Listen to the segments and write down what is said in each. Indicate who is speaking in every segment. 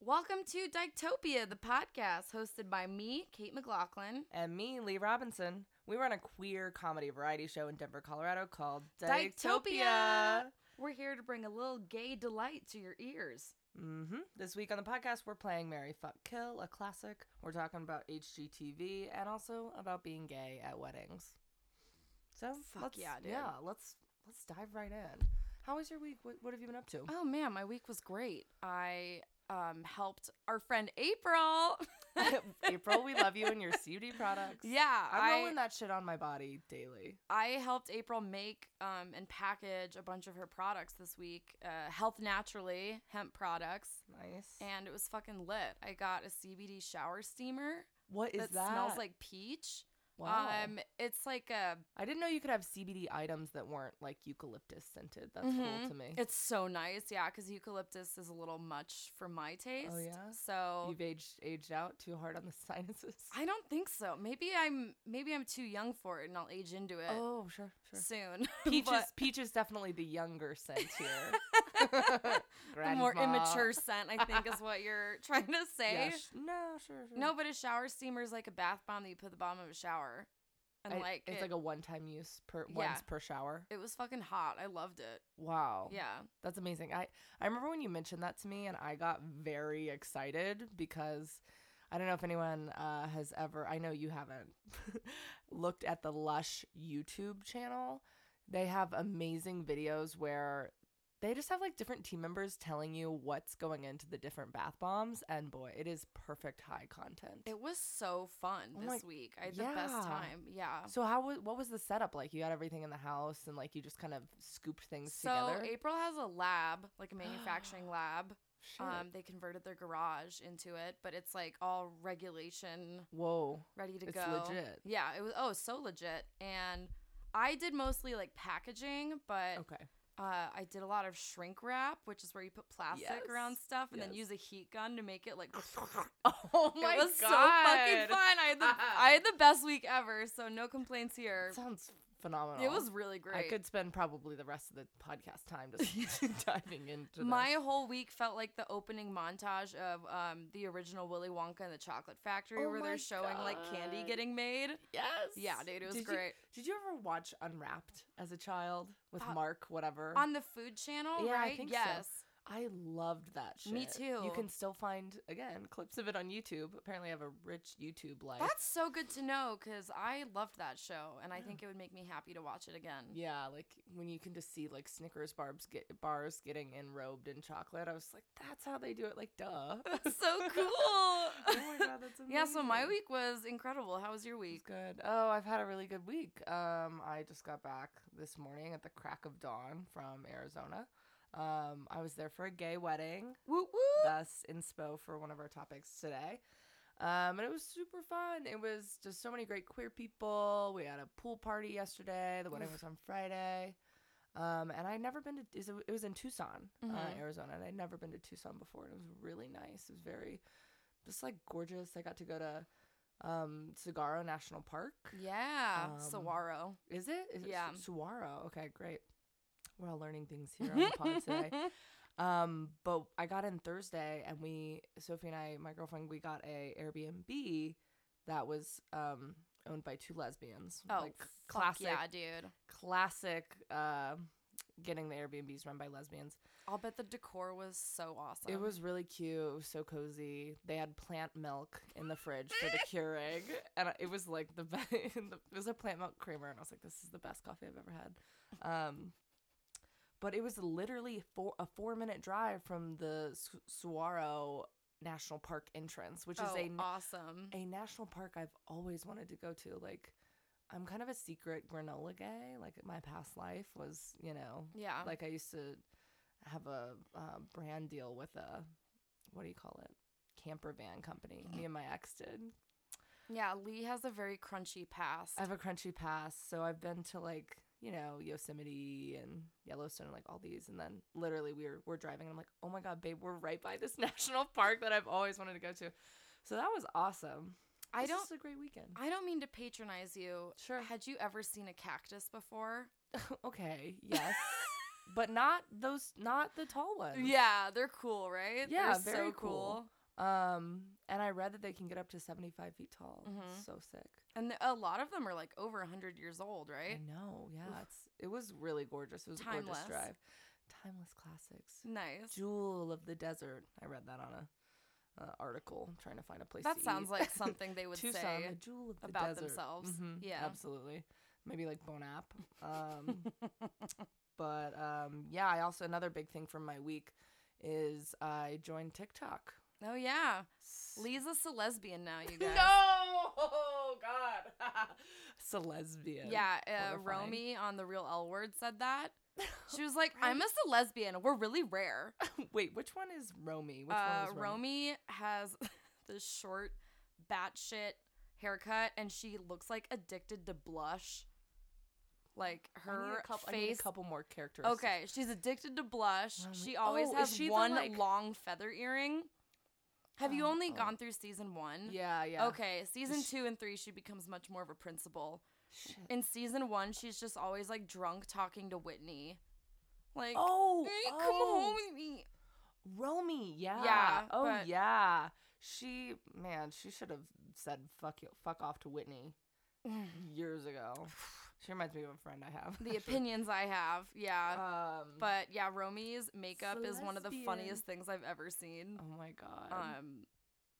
Speaker 1: Welcome to Dictopia, the podcast hosted by me, Kate McLaughlin.
Speaker 2: And me, Lee Robinson. We run a queer comedy variety show in Denver, Colorado called Dictopia.
Speaker 1: We're here to bring a little gay delight to your ears.
Speaker 2: hmm This week on the podcast, we're playing Mary Fuck Kill, a classic. We're talking about HGTV and also about being gay at weddings. So
Speaker 1: Fuck
Speaker 2: let's,
Speaker 1: yeah, dude.
Speaker 2: yeah, let's let's dive right in. How was your week? What, what have you been up to?
Speaker 1: Oh man, my week was great. I um helped our friend April.
Speaker 2: April, we love you and your CBD products.
Speaker 1: yeah,
Speaker 2: I'm
Speaker 1: I-
Speaker 2: rolling that shit on my body daily.
Speaker 1: I helped April make um, and package a bunch of her products this week, uh, Health Naturally hemp products,
Speaker 2: Nice.
Speaker 1: and it was fucking lit. I got a CBD shower steamer
Speaker 2: what is
Speaker 1: that, smells like peach.
Speaker 2: Wow.
Speaker 1: Um, it's like a,
Speaker 2: I didn't know you could have CBD items that weren't like eucalyptus scented. That's cool to me.
Speaker 1: Mm-hmm. it's so nice, yeah, because eucalyptus is a little much for my taste.
Speaker 2: Oh, yeah?
Speaker 1: so
Speaker 2: You've aged aged out too hard on the sinuses.
Speaker 1: I don't think so. Maybe I'm maybe I'm too young for it, and I'll age into it
Speaker 2: oh, sure, sure.
Speaker 1: soon.
Speaker 2: Peach
Speaker 1: But
Speaker 2: is, peach is definitely the younger scent here.
Speaker 1: a more
Speaker 2: Grandma.
Speaker 1: immature scent, I think, is what you're trying to say.
Speaker 2: Yeah, sh- no, sure, sure.
Speaker 1: No, but a shower steamer is like a bath bomb that you put at the bottom of a shower, and
Speaker 2: I-
Speaker 1: like
Speaker 2: it's
Speaker 1: it,
Speaker 2: like a one-time use per
Speaker 1: Yeah.
Speaker 2: once per shower.
Speaker 1: it was fucking hot. I loved it.
Speaker 2: Wow.
Speaker 1: Yeah,
Speaker 2: That's amazing. I I remember when you mentioned that to me, and I got very excited because I don't know if anyone uh, has ever. I know you haven't looked at the Lush YouTube channel. They have amazing videos where they just have like different team members telling you what's going into the different bath bombs, and boy, it is perfect high content.
Speaker 1: it was so fun
Speaker 2: Oh my-
Speaker 1: this week. I had the best
Speaker 2: yeah.
Speaker 1: time. Yeah.
Speaker 2: so how wa- what was the setup like? You had everything in the house, and like you just kind of scooped things
Speaker 1: So
Speaker 2: together.
Speaker 1: April has a lab, like a manufacturing lab.
Speaker 2: Shit.
Speaker 1: Um, they converted their garage into it, but it's like all regulation
Speaker 2: Whoa.
Speaker 1: ready to
Speaker 2: It's
Speaker 1: go.
Speaker 2: legit.
Speaker 1: Yeah, it was oh so legit. And I did mostly like packaging, but
Speaker 2: Okay.
Speaker 1: uh, I did a lot of shrink wrap, which is where you put plastic
Speaker 2: Yes,
Speaker 1: around stuff and then use
Speaker 2: yes.
Speaker 1: a heat gun to make it like.
Speaker 2: Oh
Speaker 1: it was so fucking fun. I had, the, I had the best week ever, so no complaints here.
Speaker 2: Sounds phenomenal.
Speaker 1: It was really great.
Speaker 2: oh. I could spend probably the rest of the podcast time just diving into this.
Speaker 1: My whole week felt like the opening montage of um, the original Willy Wonka and the Chocolate Factory,
Speaker 2: Oh
Speaker 1: where
Speaker 2: my
Speaker 1: they're showing like candy
Speaker 2: God.
Speaker 1: getting made.
Speaker 2: yes,
Speaker 1: Yeah, dude, it was
Speaker 2: Did you-
Speaker 1: great.
Speaker 2: did you ever watch Unwrapped as a child with Mark? Whatever
Speaker 1: Uh, On the Food Channel,
Speaker 2: yeah,
Speaker 1: right?
Speaker 2: I think
Speaker 1: yes.
Speaker 2: so. I loved that shit.
Speaker 1: Me too.
Speaker 2: You can still find again clips of it on YouTube. Apparently, I have a rich YouTube life.
Speaker 1: That's so good to know because I loved that show and I think it would make me happy to watch it again.
Speaker 2: yeah, like when you can just see like Snickers bars get bars getting enrobed in chocolate. I was like, that's how they do it. Like, duh.
Speaker 1: so cool.
Speaker 2: oh my god, that's amazing.
Speaker 1: yeah, so my week was incredible. How was your
Speaker 2: It's
Speaker 1: week?
Speaker 2: good. Oh, I've had a really good week. Um, I just got back this morning at the crack of dawn from Arizona. Um, I was there for a gay wedding,
Speaker 1: Woo woo.
Speaker 2: thus inspo for one of our topics today. Um, and it was super fun. It was just so many great queer people. We had a pool party yesterday. The wedding was on Friday. Um, and I'd never been to. is It it was in Tucson, uh,
Speaker 1: Mhm.
Speaker 2: Arizona, and I'd never been to Tucson before. And it was really nice. It was very, just like gorgeous. I got to go to um, Saguaro National Park.
Speaker 1: Yeah,
Speaker 2: Um,
Speaker 1: Saguaro.
Speaker 2: Is it? Is
Speaker 1: Yeah.
Speaker 2: it Su- Saguaro? Okay, great. We're all learning things here on the pod today.
Speaker 1: Oh,
Speaker 2: Um, but I got in Thursday, and we Sophie and I, my girlfriend, we got a Airbnb that was um owned by two lesbians.
Speaker 1: Oh,
Speaker 2: like
Speaker 1: fuck
Speaker 2: classic,
Speaker 1: yeah, dude.
Speaker 2: classic. Uh, getting the Airbnbs run by lesbians.
Speaker 1: I'll bet the decor was so awesome.
Speaker 2: It was really cute. It was so cozy. They had plant milk in the fridge for the Keurig, and I- it was like the best. It was a plant milk creamer, and I was like, "This is the best coffee I've ever had." Um, but it was literally four, a four-minute drive from the Su- Saguaro National Park entrance, which is
Speaker 1: oh,
Speaker 2: a n-
Speaker 1: awesome.
Speaker 2: a national park I've always wanted to go to. Like, I'm kind of a secret granola gay. Like, my past life was, you know,
Speaker 1: Yeah.
Speaker 2: Like, I used to have a uh, brand deal with a, what do you call it? Camper van company. Me and my ex did.
Speaker 1: yeah, Lee has a very crunchy past.
Speaker 2: I have a crunchy past, so I've been to like you know Yosemite and Yellowstone, like all these, and then literally we were we're driving, and I'm like, oh my god, babe, we're right by this national park that I've always wanted to go to. So that was awesome.
Speaker 1: I
Speaker 2: It was
Speaker 1: don't-
Speaker 2: just a great weekend.
Speaker 1: I don't mean to patronize you.
Speaker 2: Sure.
Speaker 1: Had you ever seen a cactus before?
Speaker 2: okay, Oh, yes. but not those, not the tall ones.
Speaker 1: Yeah, they're cool, right?
Speaker 2: Uh, Yeah,
Speaker 1: They're
Speaker 2: very
Speaker 1: so cool.
Speaker 2: Um, and I read that they can get up to 75 feet tall.
Speaker 1: Mhm.
Speaker 2: So sick.
Speaker 1: And th- a lot of them are like over 100 years old,
Speaker 2: I
Speaker 1: right?
Speaker 2: know. Yeah,
Speaker 1: Oof.
Speaker 2: it's it was really gorgeous. It was a gorgeous
Speaker 1: Timeless.
Speaker 2: drive. Timeless classics.
Speaker 1: Nice.
Speaker 2: Jewel of the desert. I read that on a uh, article. I'm trying to find a place.
Speaker 1: That
Speaker 2: to
Speaker 1: sounds
Speaker 2: eat.
Speaker 1: like something they would
Speaker 2: Tucson,
Speaker 1: say.
Speaker 2: the jewel of the
Speaker 1: about
Speaker 2: desert.
Speaker 1: themselves.
Speaker 2: Mhm,
Speaker 1: Yeah.
Speaker 2: absolutely. Maybe like Bon App. Um, but um, yeah, I also another big thing from my week is I joined TikTok.
Speaker 1: Oh yeah, Lisa's a lesbian now, you guys.
Speaker 2: No, God, it's a lesbian.
Speaker 1: Yeah, uh,
Speaker 2: Horrifying.
Speaker 1: Romy on the Real L Word said that. She was like, "I'm a lesbian. We're really rare."
Speaker 2: Wait, which one is Romy? Which
Speaker 1: Uh,
Speaker 2: one is Romy?
Speaker 1: Romy has this short, batshit haircut, and she looks like addicted to blush. Like
Speaker 2: I need
Speaker 1: her
Speaker 2: a couple, I need
Speaker 1: face.
Speaker 2: a couple more characters.
Speaker 1: Okay, she's addicted to blush.
Speaker 2: Romy-
Speaker 1: She always
Speaker 2: Oh, is
Speaker 1: has
Speaker 2: she the,
Speaker 1: one
Speaker 2: like-
Speaker 1: long feather earring. Have you
Speaker 2: Oh,
Speaker 1: only
Speaker 2: oh.
Speaker 1: gone through season one?
Speaker 2: Yeah, yeah.
Speaker 1: Okay, season
Speaker 2: sh-
Speaker 1: two and three, she becomes much more of a principal.
Speaker 2: Shit.
Speaker 1: In season one, she's just always like drunk talking to Whitney. Like,
Speaker 2: Oh,
Speaker 1: "Hey, come
Speaker 2: oh,
Speaker 1: home with me.
Speaker 2: Romy. Yeah.
Speaker 1: Yeah,
Speaker 2: Oh,
Speaker 1: but-
Speaker 2: yeah. She, man, she should have said fuck you, fuck off to Whitney years ago. She reminds me of a friend I have.
Speaker 1: The opinions I have, yeah.
Speaker 2: Um,
Speaker 1: but yeah, Romy's makeup is one of the
Speaker 2: lesbian.
Speaker 1: funniest things I've ever seen.
Speaker 2: oh my god.
Speaker 1: Um,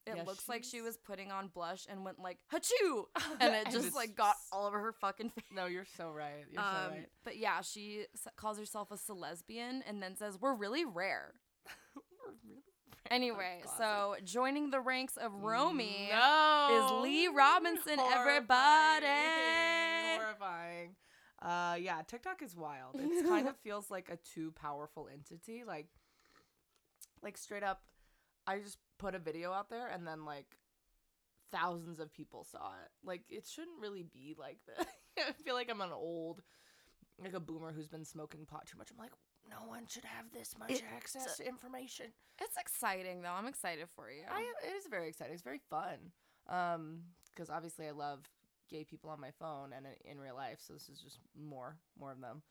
Speaker 1: it
Speaker 2: Yeah,
Speaker 1: looks like she
Speaker 2: she's-
Speaker 1: was putting on blush and went like "hachoo," and it just
Speaker 2: it's
Speaker 1: like got all over her fucking face.
Speaker 2: No, you're so right. You're
Speaker 1: um,
Speaker 2: so right.
Speaker 1: But yeah, she s- calls herself a lesbian and then says, "We're really rare."
Speaker 2: We're really friends.
Speaker 1: Anyway,
Speaker 2: Classic.
Speaker 1: so joining the ranks of Romy.
Speaker 2: No.
Speaker 1: Lee Robinson, everybody.
Speaker 2: Horrifying. Horrifying. Uh, yeah, TikTok is wild. It kind of feels like a too powerful entity. Like, like straight up, I just put a video out there and then like thousands of people saw it. Like, it shouldn't really be like this. I feel like I'm an old, like a boomer who's been smoking pot too much. I'm like, no one should have this much
Speaker 1: It's
Speaker 2: access to information.
Speaker 1: It's exciting though. I'm excited for you.
Speaker 2: I am- it is very exciting. It's very fun. Um, because obviously I love gay people on my phone and in, in real life, so this is just more more of them.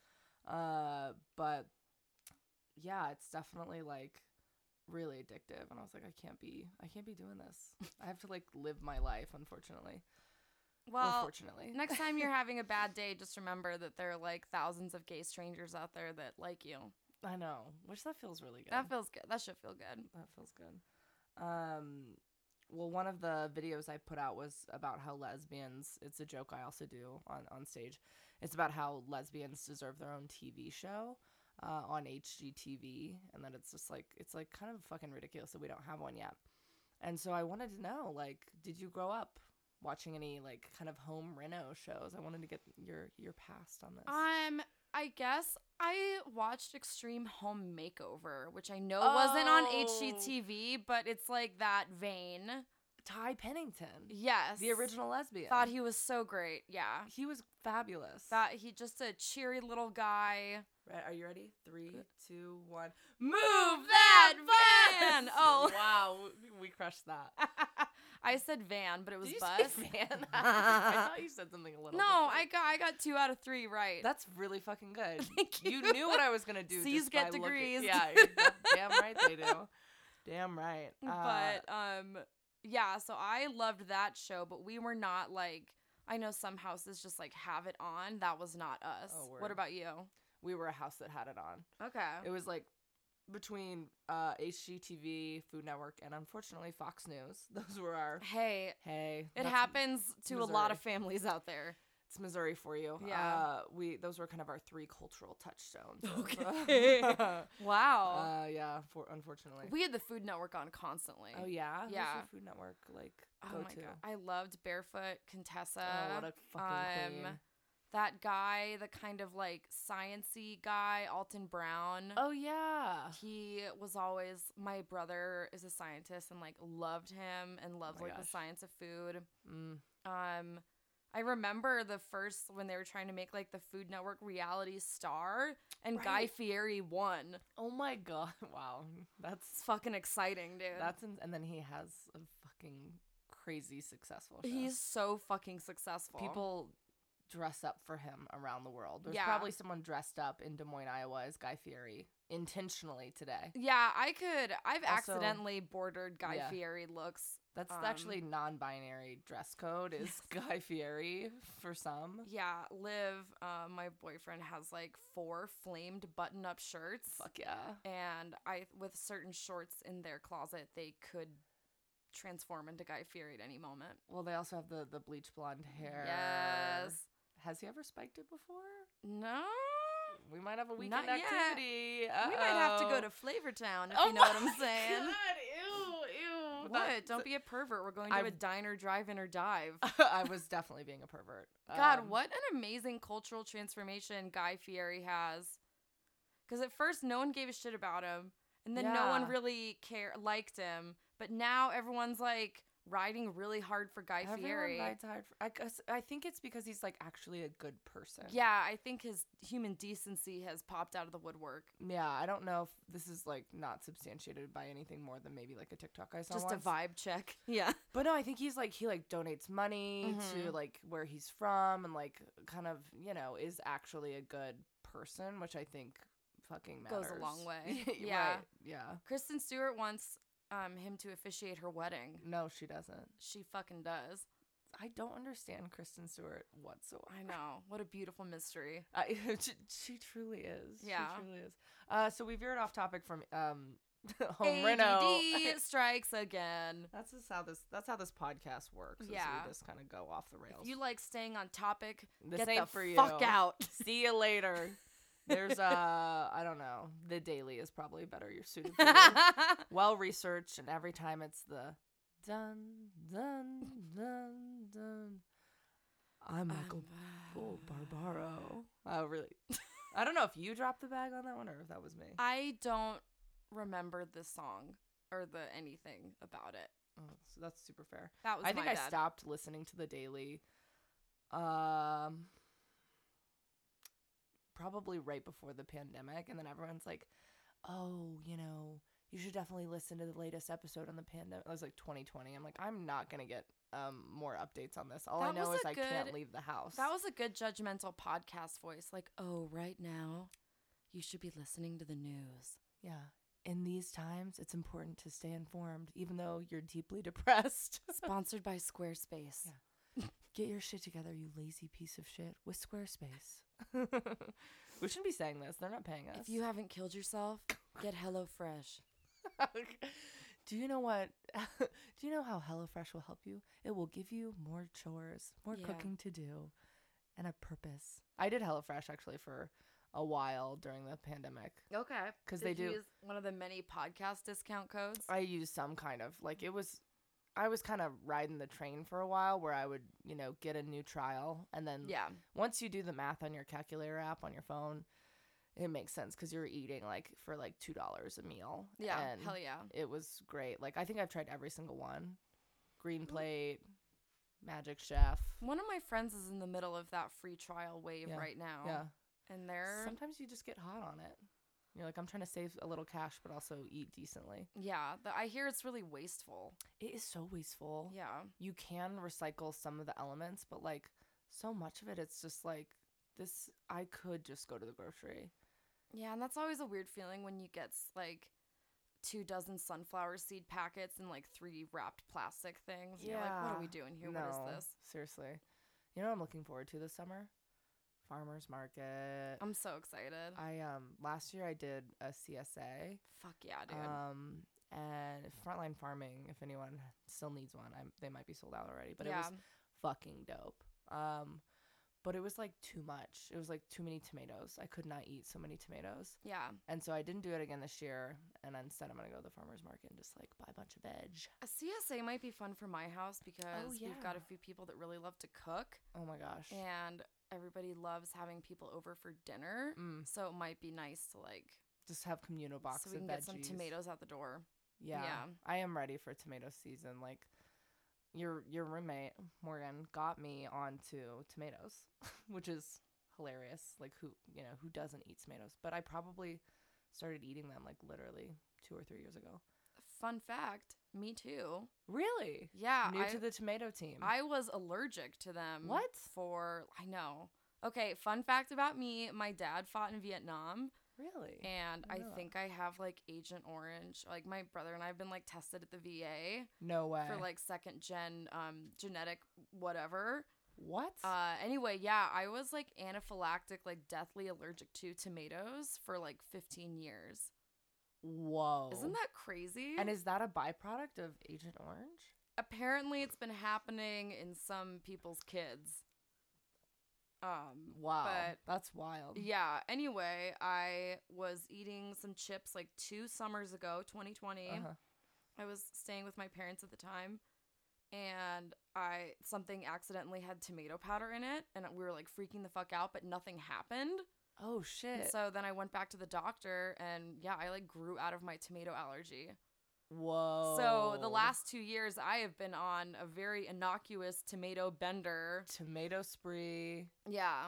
Speaker 2: Uh, but yeah, it's definitely like really addictive, and I was like, I can't be, I can't be doing this. I have to like live my life, unfortunately.
Speaker 1: well,
Speaker 2: unfortunately,
Speaker 1: next time you're having a bad day, just remember that there are like thousands of gay strangers out there that like you.
Speaker 2: I know, which that feels really good.
Speaker 1: That feels good. That should feel good.
Speaker 2: That feels good. Um, well, one of the videos I put out was about how lesbians. It's a joke I also do on on stage. It's about how lesbians deserve their own TV show uh, on HGTV, and that it's just like it's like kind of fucking ridiculous that we don't have one yet. And so I wanted to know, like, did you grow up watching any like kind of home reno shows? I wanted to get your your past on this.
Speaker 1: Um, I guess I watched Extreme Home Makeover, which I know wasn't on
Speaker 2: Oh.
Speaker 1: HGTV, but it's like that vein.
Speaker 2: Ty Pennington,
Speaker 1: Yes,
Speaker 2: the original lesbian,
Speaker 1: Thought he was so great. Yeah,
Speaker 2: he was fabulous.
Speaker 1: thought he just a cheery little guy.
Speaker 2: Right, are you ready? Three, two, one.
Speaker 1: Move that van! Oh.
Speaker 2: wow, we crushed that.
Speaker 1: I said van, but it was
Speaker 2: Did you
Speaker 1: bus.
Speaker 2: say van? I thought you said something a little.
Speaker 1: No, I
Speaker 2: different.
Speaker 1: got I got two out of three right.
Speaker 2: That's really fucking good.
Speaker 1: Thank
Speaker 2: You knew what I was gonna do.
Speaker 1: C's
Speaker 2: just
Speaker 1: get
Speaker 2: by looking-
Speaker 1: degrees.
Speaker 2: Yeah, you're damn right they do. Damn right. Uh,
Speaker 1: but um, yeah. So I loved that show, but we were not like I know some houses just like have it on. That was not us.
Speaker 2: Oh, word.
Speaker 1: what about you?
Speaker 2: we were a house that had it on.
Speaker 1: Okay.
Speaker 2: It was like between uh, HGTV, Food Network, and unfortunately Fox News. Those were our.
Speaker 1: Hey,
Speaker 2: Hey,
Speaker 1: it
Speaker 2: that's-
Speaker 1: happens to a lot
Speaker 2: Missouri.
Speaker 1: of families out there.
Speaker 2: It's Missouri for you.
Speaker 1: Yeah.
Speaker 2: Uh, we those were kind of our three cultural touchstones.
Speaker 1: Okay. Wow.
Speaker 2: uh, yeah. For unfortunately.
Speaker 1: we had the Food Network on constantly.
Speaker 2: Uh, oh yeah. Who's your
Speaker 1: Yeah.
Speaker 2: Food Network like
Speaker 1: Oh
Speaker 2: go
Speaker 1: my
Speaker 2: to.
Speaker 1: god. I loved Barefoot Contessa.
Speaker 2: oh, what a fucking queen.
Speaker 1: that guy, the kind of like sciency guy, Alton Brown.
Speaker 2: Oh yeah.
Speaker 1: He was always my brother is a scientist and like loved him and loved
Speaker 2: Oh my
Speaker 1: like the
Speaker 2: gosh.
Speaker 1: science of food.
Speaker 2: Mm.
Speaker 1: Um I remember the first when they were trying to make like the Food Network reality star and Guy
Speaker 2: Right.
Speaker 1: Fieri won.
Speaker 2: Oh my god. Wow.
Speaker 1: It's
Speaker 2: That's
Speaker 1: fucking exciting, dude.
Speaker 2: that's ins- and then he has a fucking crazy successful show.
Speaker 1: He's so fucking successful.
Speaker 2: people dress up for him around the world. There's
Speaker 1: Yeah.
Speaker 2: probably someone dressed up in Des Moines, Iowa as Guy Fieri intentionally today.
Speaker 1: Yeah, I could. I've
Speaker 2: Also-
Speaker 1: accidentally bordered Guy
Speaker 2: Yeah.
Speaker 1: Fieri looks.
Speaker 2: That's
Speaker 1: Um,
Speaker 2: actually non-binary dress code is Guy Fieri for some.
Speaker 1: Yeah, Liv, uh, my boyfriend has like four flamed button-up shirts,
Speaker 2: Fuck yeah.
Speaker 1: and I with certain shorts in their closet, they could transform into Guy Fieri at any moment.
Speaker 2: Well, they also have the the bleach blonde hair.
Speaker 1: Yes.
Speaker 2: Has he ever spiked it before?
Speaker 1: No.
Speaker 2: We might have a weekend
Speaker 1: Not yet.
Speaker 2: activity.
Speaker 1: We might have to go
Speaker 2: Uh-oh.
Speaker 1: to Flavortown if
Speaker 2: Oh
Speaker 1: you know what I'm
Speaker 2: my
Speaker 1: saying.
Speaker 2: God, ew, ew.
Speaker 1: What? Don't be a pervert. We're going to a
Speaker 2: I've-
Speaker 1: diner, drive-in, or dive.
Speaker 2: I was definitely being a pervert.
Speaker 1: God,
Speaker 2: Um,
Speaker 1: what an amazing cultural transformation Guy Fieri has. Because at first, no one gave a shit about him, and then no
Speaker 2: Yeah.
Speaker 1: one really care liked him. But now everyone's like riding really hard for Guy
Speaker 2: Everyone
Speaker 1: Fieri.
Speaker 2: rides hard for- I guess I think it's because he's like actually a good person.
Speaker 1: yeah, I think his human decency has popped out of the woodwork.
Speaker 2: Yeah, I don't know if this is like not substantiated by anything more than maybe like a TikTok I saw.
Speaker 1: Just a
Speaker 2: once.
Speaker 1: vibe check. Yeah.
Speaker 2: But no, I think he's like he like donates money to
Speaker 1: Mhm.
Speaker 2: like where he's from and like kind of you know is actually a good person, which I think fucking matters.
Speaker 1: Goes a long way.
Speaker 2: Right,
Speaker 1: Yeah.
Speaker 2: yeah.
Speaker 1: Kristen Stewart wants um, him to officiate her wedding.
Speaker 2: No, she doesn't.
Speaker 1: She fucking does.
Speaker 2: I don't understand Kristen Stewart whatsoever.
Speaker 1: I know. What a beautiful mystery.
Speaker 2: I, she, she truly is.
Speaker 1: Yeah.
Speaker 2: She truly is. Uh, so we veered off topic from um, home reno.
Speaker 1: ADD strikes again.
Speaker 2: That's just how this. That's how this podcast works. is
Speaker 1: Yeah.
Speaker 2: we just kind of go off the rails.
Speaker 1: If you like staying on topic,
Speaker 2: this
Speaker 1: get
Speaker 2: ain't
Speaker 1: the
Speaker 2: for you.
Speaker 1: fuck out.
Speaker 2: See you later. There's uh, I don't know. The Daily is probably better. You're suited for you. well researched, and every time it's the dun dun dun dun. I'm Michael Oh, Barbaro. Um, Oh, really? I don't know if you dropped the bag on that one or if that was me.
Speaker 1: I don't remember the song or the anything about it.
Speaker 2: Oh, that's, that's super fair.
Speaker 1: That was
Speaker 2: I think
Speaker 1: my
Speaker 2: I
Speaker 1: bad.
Speaker 2: stopped listening to the daily. Um, probably right before the pandemic, and then everyone's like, "Oh, you know, you should definitely listen to the latest episode on the pandemic." It was like 2020. I'm like, I'm not gonna get um more updates on this. All I
Speaker 1: That
Speaker 2: know
Speaker 1: was
Speaker 2: is
Speaker 1: a
Speaker 2: I can't
Speaker 1: good-
Speaker 2: leave the house.
Speaker 1: That was a good judgmental podcast voice. Like, oh, right now, you should be listening to the news.
Speaker 2: yeah. In these times, it's important to stay informed, even though you're deeply depressed.
Speaker 1: Sponsored by Squarespace.
Speaker 2: Yeah. Get your shit together, you lazy piece of shit, with Squarespace. we shouldn't be saying this. They're not paying us.
Speaker 1: If you haven't killed yourself, get HelloFresh.
Speaker 2: Do you know what? Do you know how HelloFresh will help you? It will give you more chores, more
Speaker 1: Yeah.
Speaker 2: cooking to do, and a purpose. I did HelloFresh actually for a while during the pandemic.
Speaker 1: Okay.
Speaker 2: 'Cause they do-
Speaker 1: use one of the many podcast discount codes.
Speaker 2: I used some kind of like it was I was kind of riding the train for a while where I would, you know, get a new trial and then
Speaker 1: yeah.
Speaker 2: once you do the math on your calculator app on your phone, it makes sense because you're eating like for like two dollars a meal.
Speaker 1: Yeah.
Speaker 2: and
Speaker 1: Hell yeah.
Speaker 2: it was great. Like I think I've tried every single one:
Speaker 1: Mm.
Speaker 2: Green Plate, Magic Chef.
Speaker 1: One of my friends is in the middle of that free trial wave
Speaker 2: Yeah,
Speaker 1: right now.
Speaker 2: Yeah.
Speaker 1: And they're
Speaker 2: Sometimes you just get hot on it. You're like, I'm trying to save a little cash, but also eat decently.
Speaker 1: yeah, the, I hear it's really wasteful.
Speaker 2: It is so wasteful.
Speaker 1: Yeah.
Speaker 2: You can recycle some of the elements, but like so much of it, it's just like this. I could just go to the grocery.
Speaker 1: Yeah, and that's always a weird feeling when you get s- like two dozen sunflower seed packets and like three wrapped plastic things. Yeah. You're like, what
Speaker 2: Yeah.
Speaker 1: are we doing here? What is this?
Speaker 2: Seriously. You know what I'm looking forward to this summer? Farmers market.
Speaker 1: I'm so excited.
Speaker 2: I um last year I did a CSA.
Speaker 1: Fuck yeah, dude.
Speaker 2: Um and frontline farming, if anyone still needs one, I they might be sold out already, but
Speaker 1: yeah.
Speaker 2: it was fucking dope. Um but it was like too much. It was like too many tomatoes. I could not eat so many tomatoes.
Speaker 1: yeah.
Speaker 2: And so I didn't do it again this year. And instead, I'm going to go to the farmer's market and just like buy a bunch of veg.
Speaker 1: A CSA might be fun for my house because we've got a
Speaker 2: Oh, yeah.
Speaker 1: few people that really love to cook
Speaker 2: Oh my gosh.
Speaker 1: and everybody loves having people over for dinner.
Speaker 2: Mm,
Speaker 1: So it might be nice to like
Speaker 2: just have communal boxes
Speaker 1: so we can
Speaker 2: of
Speaker 1: get some
Speaker 2: veggies.
Speaker 1: tomatoes out the door.
Speaker 2: Yeah,
Speaker 1: Yeah.
Speaker 2: I am ready for tomato season. Like your your roommate Morgan got me onto tomatoes, which is hilarious. Like who you know who doesn't eat tomatoes? But I probably started eating them like literally two or three years ago.
Speaker 1: fun fact, me too.
Speaker 2: Really?
Speaker 1: Yeah,
Speaker 2: New
Speaker 1: I,
Speaker 2: to the tomato team.
Speaker 1: I was allergic to them.
Speaker 2: What?
Speaker 1: For I know. Okay, fun fact about me: my dad fought in Vietnam,
Speaker 2: really?
Speaker 1: and
Speaker 2: I
Speaker 1: I
Speaker 2: know that.
Speaker 1: think I have like Agent Orange. Like my brother and I have been like tested at the VA
Speaker 2: no way.
Speaker 1: for like second gen um genetic whatever.
Speaker 2: what?
Speaker 1: Uh, anyway, yeah, I was like anaphylactic, like deathly allergic to tomatoes for like 15 years.
Speaker 2: Whoa.
Speaker 1: Isn't that crazy?
Speaker 2: Oh. And is that a byproduct of Agent Orange?
Speaker 1: apparently it's been happening in some people's kids. Um,
Speaker 2: Wow.
Speaker 1: But-
Speaker 2: That's wild.
Speaker 1: yeah, anyway, I was eating some chips like two summers ago, 2020.
Speaker 2: Uh-huh.
Speaker 1: I was staying with my parents at the time and I something accidentally had tomato powder in it and we were like freaking the fuck out, but nothing happened.
Speaker 2: Oh
Speaker 1: And
Speaker 2: shit.
Speaker 1: so then I went back to the doctor and yeah, I like grew out of my tomato allergy.
Speaker 2: Whoa.
Speaker 1: So the last two years I have been on a very innocuous tomato bender.
Speaker 2: tomato spree.
Speaker 1: Yeah.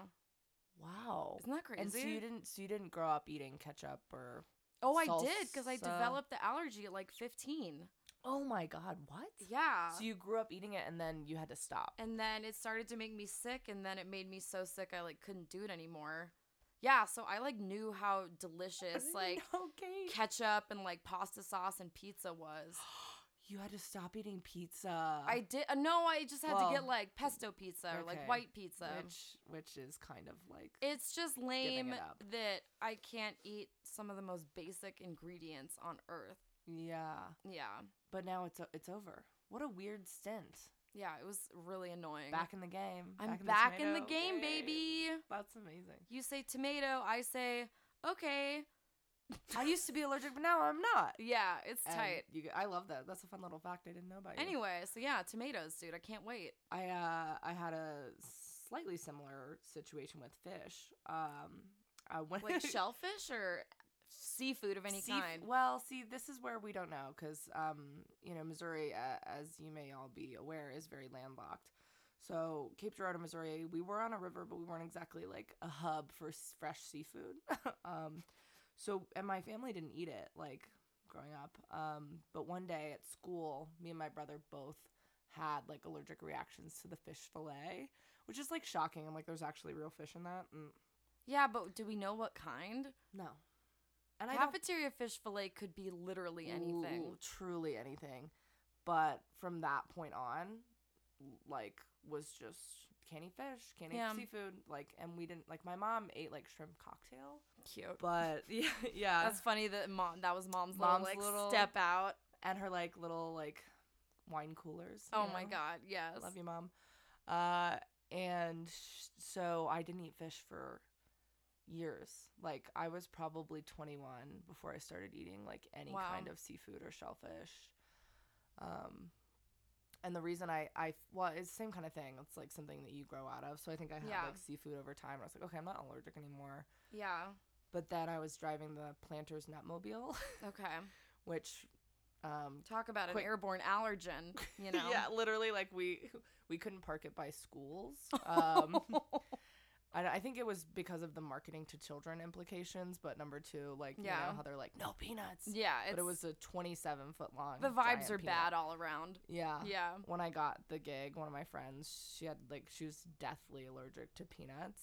Speaker 2: Wow.
Speaker 1: Isn't that crazy?
Speaker 2: And so you didn't so you didn't grow up eating ketchup or
Speaker 1: oh, I did because I
Speaker 2: salsa?
Speaker 1: developed the allergy at like 15.
Speaker 2: Oh my god, what?
Speaker 1: Yeah.
Speaker 2: So you grew up eating it and then you had to stop.
Speaker 1: and then it started to make me sick and then it made me so sick I like couldn't do it anymore. Yeah, so I like knew how delicious like
Speaker 2: okay.
Speaker 1: ketchup and like pasta sauce and pizza was.
Speaker 2: you had to stop eating pizza.
Speaker 1: I did uh, no, I just had to get
Speaker 2: Well,
Speaker 1: like pesto pizza or
Speaker 2: okay.
Speaker 1: like white pizza.
Speaker 2: which which is kind of like
Speaker 1: It's just lame
Speaker 2: it up.
Speaker 1: that I can't eat some of the most basic ingredients on earth.
Speaker 2: yeah.
Speaker 1: Yeah.
Speaker 2: But now it's o- it's over. What a weird stint.
Speaker 1: Yeah, it was really annoying.
Speaker 2: Back in the game.
Speaker 1: I'm back,
Speaker 2: in
Speaker 1: in,
Speaker 2: the
Speaker 1: the
Speaker 2: tomato
Speaker 1: game, baby.
Speaker 2: That's amazing.
Speaker 1: You say tomato, I say okay.
Speaker 2: I used to be allergic, but now I'm not.
Speaker 1: Yeah, it's
Speaker 2: And
Speaker 1: tight.
Speaker 2: You, g- I love that. That's a fun little fact I didn't know about you.
Speaker 1: Anyway, so yeah, tomatoes, dude. I can't wait.
Speaker 2: I uh, I had a slightly similar situation with fish. Um, I went
Speaker 1: Like shellfish or seafood of any
Speaker 2: Seaf-
Speaker 1: kind.
Speaker 2: Well, see, this is where we don't know because um, you know, Missouri, uh, as you may all be aware, is very landlocked. So Cape Girardeau, Missouri, we were on a river, but we weren't exactly like a hub for s- fresh seafood. um, so and my family didn't eat it like growing up. Um, but one day at school, me and my brother both had like allergic reactions to the fish fillet, which is like shocking. I'm like, there's actually real fish in that. Mm,
Speaker 1: Yeah, but do we know what kind?
Speaker 2: no. And I don't
Speaker 1: Cafeteria fish fillet could be literally anything.
Speaker 2: l- truly anything. But from that point on, l- like was just can't eat fish, can't
Speaker 1: Yeah.
Speaker 2: eat seafood, like and we didn't like my mom ate like shrimp cocktail,
Speaker 1: Cute.
Speaker 2: but yeah, yeah,
Speaker 1: That's funny that mom that was mom's,
Speaker 2: Mom's
Speaker 1: little, like,
Speaker 2: little-
Speaker 1: step out.
Speaker 2: and her like little like wine coolers. you
Speaker 1: Oh my
Speaker 2: know?
Speaker 1: god, yes.
Speaker 2: love you, mom. Uh, and sh- so I didn't eat fish for years. Like I was probably 21 before I started eating like any
Speaker 1: Wow.
Speaker 2: kind of seafood or shellfish. Um, and the reason I I well it's the same kind of thing. It's like something that you grow out of. So I think I had
Speaker 1: Yeah.
Speaker 2: like seafood over time. I was like, okay, I'm not allergic anymore.
Speaker 1: Yeah.
Speaker 2: But then I was driving the Planters Nutmobile,
Speaker 1: Okay.
Speaker 2: which um,
Speaker 1: Talk about
Speaker 2: Quick-
Speaker 1: an airborne allergen, you know.
Speaker 2: yeah, literally, like we we couldn't park it by schools. Um, I, I think it was because of the marketing to children implications. But number two, like you
Speaker 1: Yeah.
Speaker 2: know how they're like no peanuts,
Speaker 1: yeah, it's,
Speaker 2: but it was a twenty-seven foot long.
Speaker 1: the vibes
Speaker 2: giant
Speaker 1: are
Speaker 2: peanut.
Speaker 1: bad all around.
Speaker 2: Yeah.
Speaker 1: Yeah.
Speaker 2: When I got the gig, one of my friends, she had like she was deathly allergic to peanuts.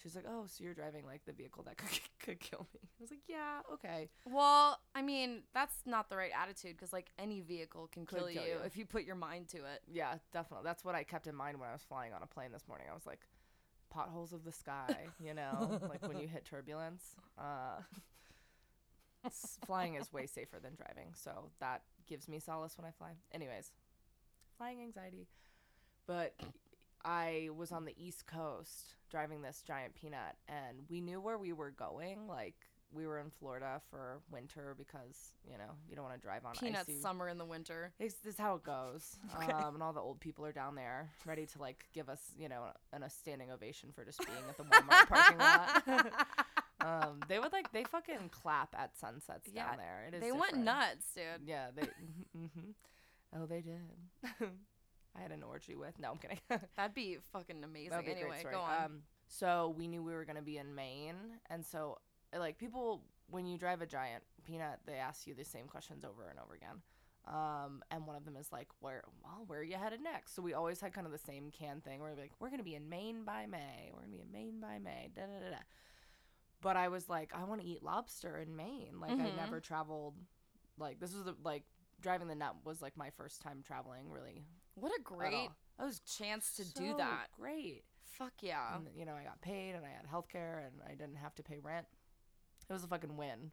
Speaker 2: She was like, "Oh, so you're driving like the vehicle that could, could kill me." I was like, "Yeah, okay."
Speaker 1: Well, I mean, that's not the right attitude because like any vehicle can
Speaker 2: Could
Speaker 1: kill,
Speaker 2: kill
Speaker 1: you,
Speaker 2: you.
Speaker 1: if you put your mind to it.
Speaker 2: Yeah, definitely. That's what I kept in mind when I was flying on a plane this morning. I was like, potholes of the sky, you know, like when you hit turbulence. Uh, s- flying is way safer than driving, so that gives me solace when I fly. Anyways, flying anxiety. But I was on the East Coast driving this giant peanut, and we knew where we were going. Like, we were in Florida for winter because, you know, you don't want to drive on
Speaker 1: Peanuts
Speaker 2: icy
Speaker 1: summer in the winter.
Speaker 2: it's, this is how it goes.
Speaker 1: Okay.
Speaker 2: Um, and all the old people are down there ready to like give us, you know, an, a standing ovation for just being at the Walmart parking lot. um, they would like they fucking clap at sunsets
Speaker 1: Yeah,
Speaker 2: down there. It is
Speaker 1: they went
Speaker 2: different.
Speaker 1: nuts, dude.
Speaker 2: Yeah, they. hmm Oh, they did. I had an orgy with. No, I'm kidding. That'd
Speaker 1: That'd be fucking amazing.
Speaker 2: be a great
Speaker 1: anyway,
Speaker 2: story.
Speaker 1: go on.
Speaker 2: Um, so we knew we were gonna be in Maine, and so like people, when you drive a giant peanut, they ask you the same questions over and over again. Um, and one of them is like, where, well, where are you headed next? So we always had kind of the same can thing where we're like, we're going to be in Maine by May. We're going to be in Maine by May. Da, da, da, da. But I was like, I want to eat lobster in Maine. Like, I
Speaker 1: Mhm.
Speaker 2: never traveled. Like, this was the, like, driving the net was like my first time traveling really.
Speaker 1: What a
Speaker 2: at
Speaker 1: great
Speaker 2: all. That was
Speaker 1: chance to do
Speaker 2: so Mm.
Speaker 1: that.
Speaker 2: Great.
Speaker 1: Fuck yeah.
Speaker 2: And, you know, I got paid and I had health care and I didn't have to pay rent. It was a fucking win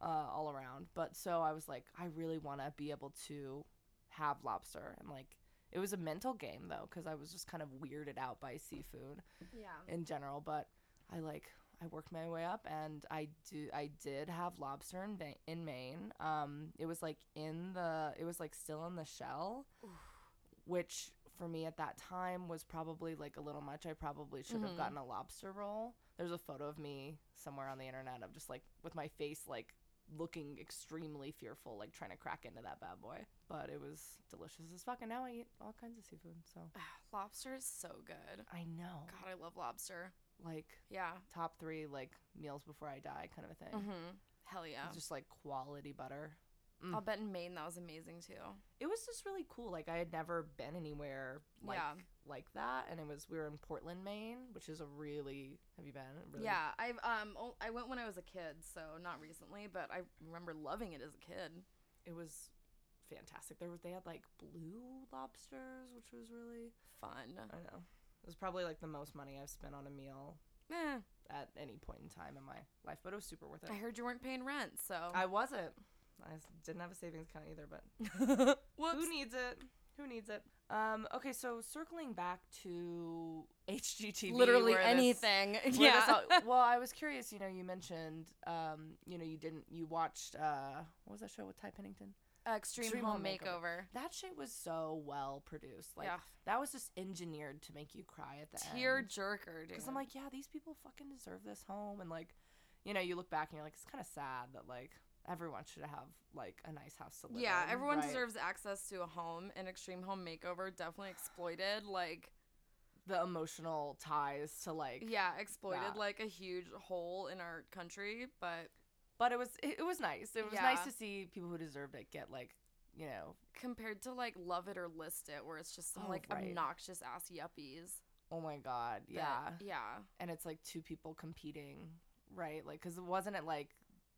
Speaker 2: uh, all around. But so I was like, I really want to be able to have lobster. And like, it was a mental game though, because I was just kind of weirded out by seafood
Speaker 1: Yeah.
Speaker 2: in general. But I like, I worked my way up and I do, I did have lobster in, Va- in Maine. Um, it was like in the, it was like still in the shell which for me at that time was probably like a little much. I probably should have
Speaker 1: Mhm.
Speaker 2: gotten a lobster roll. There's a photo of me somewhere on the internet of just like with my face like looking extremely fearful, like trying to crack into that bad boy. But it was delicious as fuck. And now I eat all kinds of seafood. So
Speaker 1: lobster is so good.
Speaker 2: I know.
Speaker 1: God, I love lobster.
Speaker 2: Like
Speaker 1: Yeah.
Speaker 2: top three like meals before I die kind of a thing.
Speaker 1: hmm Hell yeah.
Speaker 2: It's just mm. like quality butter.
Speaker 1: I'll bet in Maine that was amazing too.
Speaker 2: It was just really cool. Like I had never been anywhere like
Speaker 1: Yeah.
Speaker 2: like that. And it was we were in Portland, Maine, which is a really have you been? Really
Speaker 1: Yeah, I've um o- I went when I was a kid, so not recently, but I remember loving it as a kid.
Speaker 2: it was fantastic. There was they had like blue lobsters, which was really
Speaker 1: Fun.
Speaker 2: I don't know. It was probably like the most money I've spent on a meal
Speaker 1: Eh,
Speaker 2: at any point in time in my life, but it was super worth it.
Speaker 1: I heard you weren't paying rent, so
Speaker 2: I wasn't. I s- didn't have a savings account either, but
Speaker 1: whoops.
Speaker 2: who needs it? Who needs it? Um, okay, so circling back to HGTV,
Speaker 1: Literally
Speaker 2: where this-
Speaker 1: anything.
Speaker 2: where
Speaker 1: yeah.
Speaker 2: this all- well, I was curious. You know, you mentioned, um, you know, you didn't, you watched, uh, what was that show with Ty Pennington?
Speaker 1: Extreme,
Speaker 2: Extreme
Speaker 1: home
Speaker 2: Home Makeover.
Speaker 1: makeover.
Speaker 2: That shit was so well produced. Like
Speaker 1: yeah.
Speaker 2: that was just engineered to make you cry at the
Speaker 1: Tear
Speaker 2: end.
Speaker 1: jerker, dude.
Speaker 2: Because I'm like, yeah, these people fucking deserve this home, and like, you know, you look back and you're like, it's kind of sad that like everyone should have like a nice house to live in.
Speaker 1: yeah, everyone
Speaker 2: right?
Speaker 1: deserves access to a home, and Extreme Home Makeover definitely exploited like
Speaker 2: the emotional ties to like.
Speaker 1: yeah, exploited
Speaker 2: that.
Speaker 1: like a huge hole in our country, but
Speaker 2: But it was it, it was nice. It was
Speaker 1: Yeah.
Speaker 2: nice to see people who deserved it get like, you know,
Speaker 1: compared to like Love It or List It where it's just some
Speaker 2: Oh,
Speaker 1: like
Speaker 2: right.
Speaker 1: obnoxious ass yuppies.
Speaker 2: oh my god,
Speaker 1: that-
Speaker 2: yeah,
Speaker 1: Yeah.
Speaker 2: and it's like two people competing, right? Like, because wasn't it like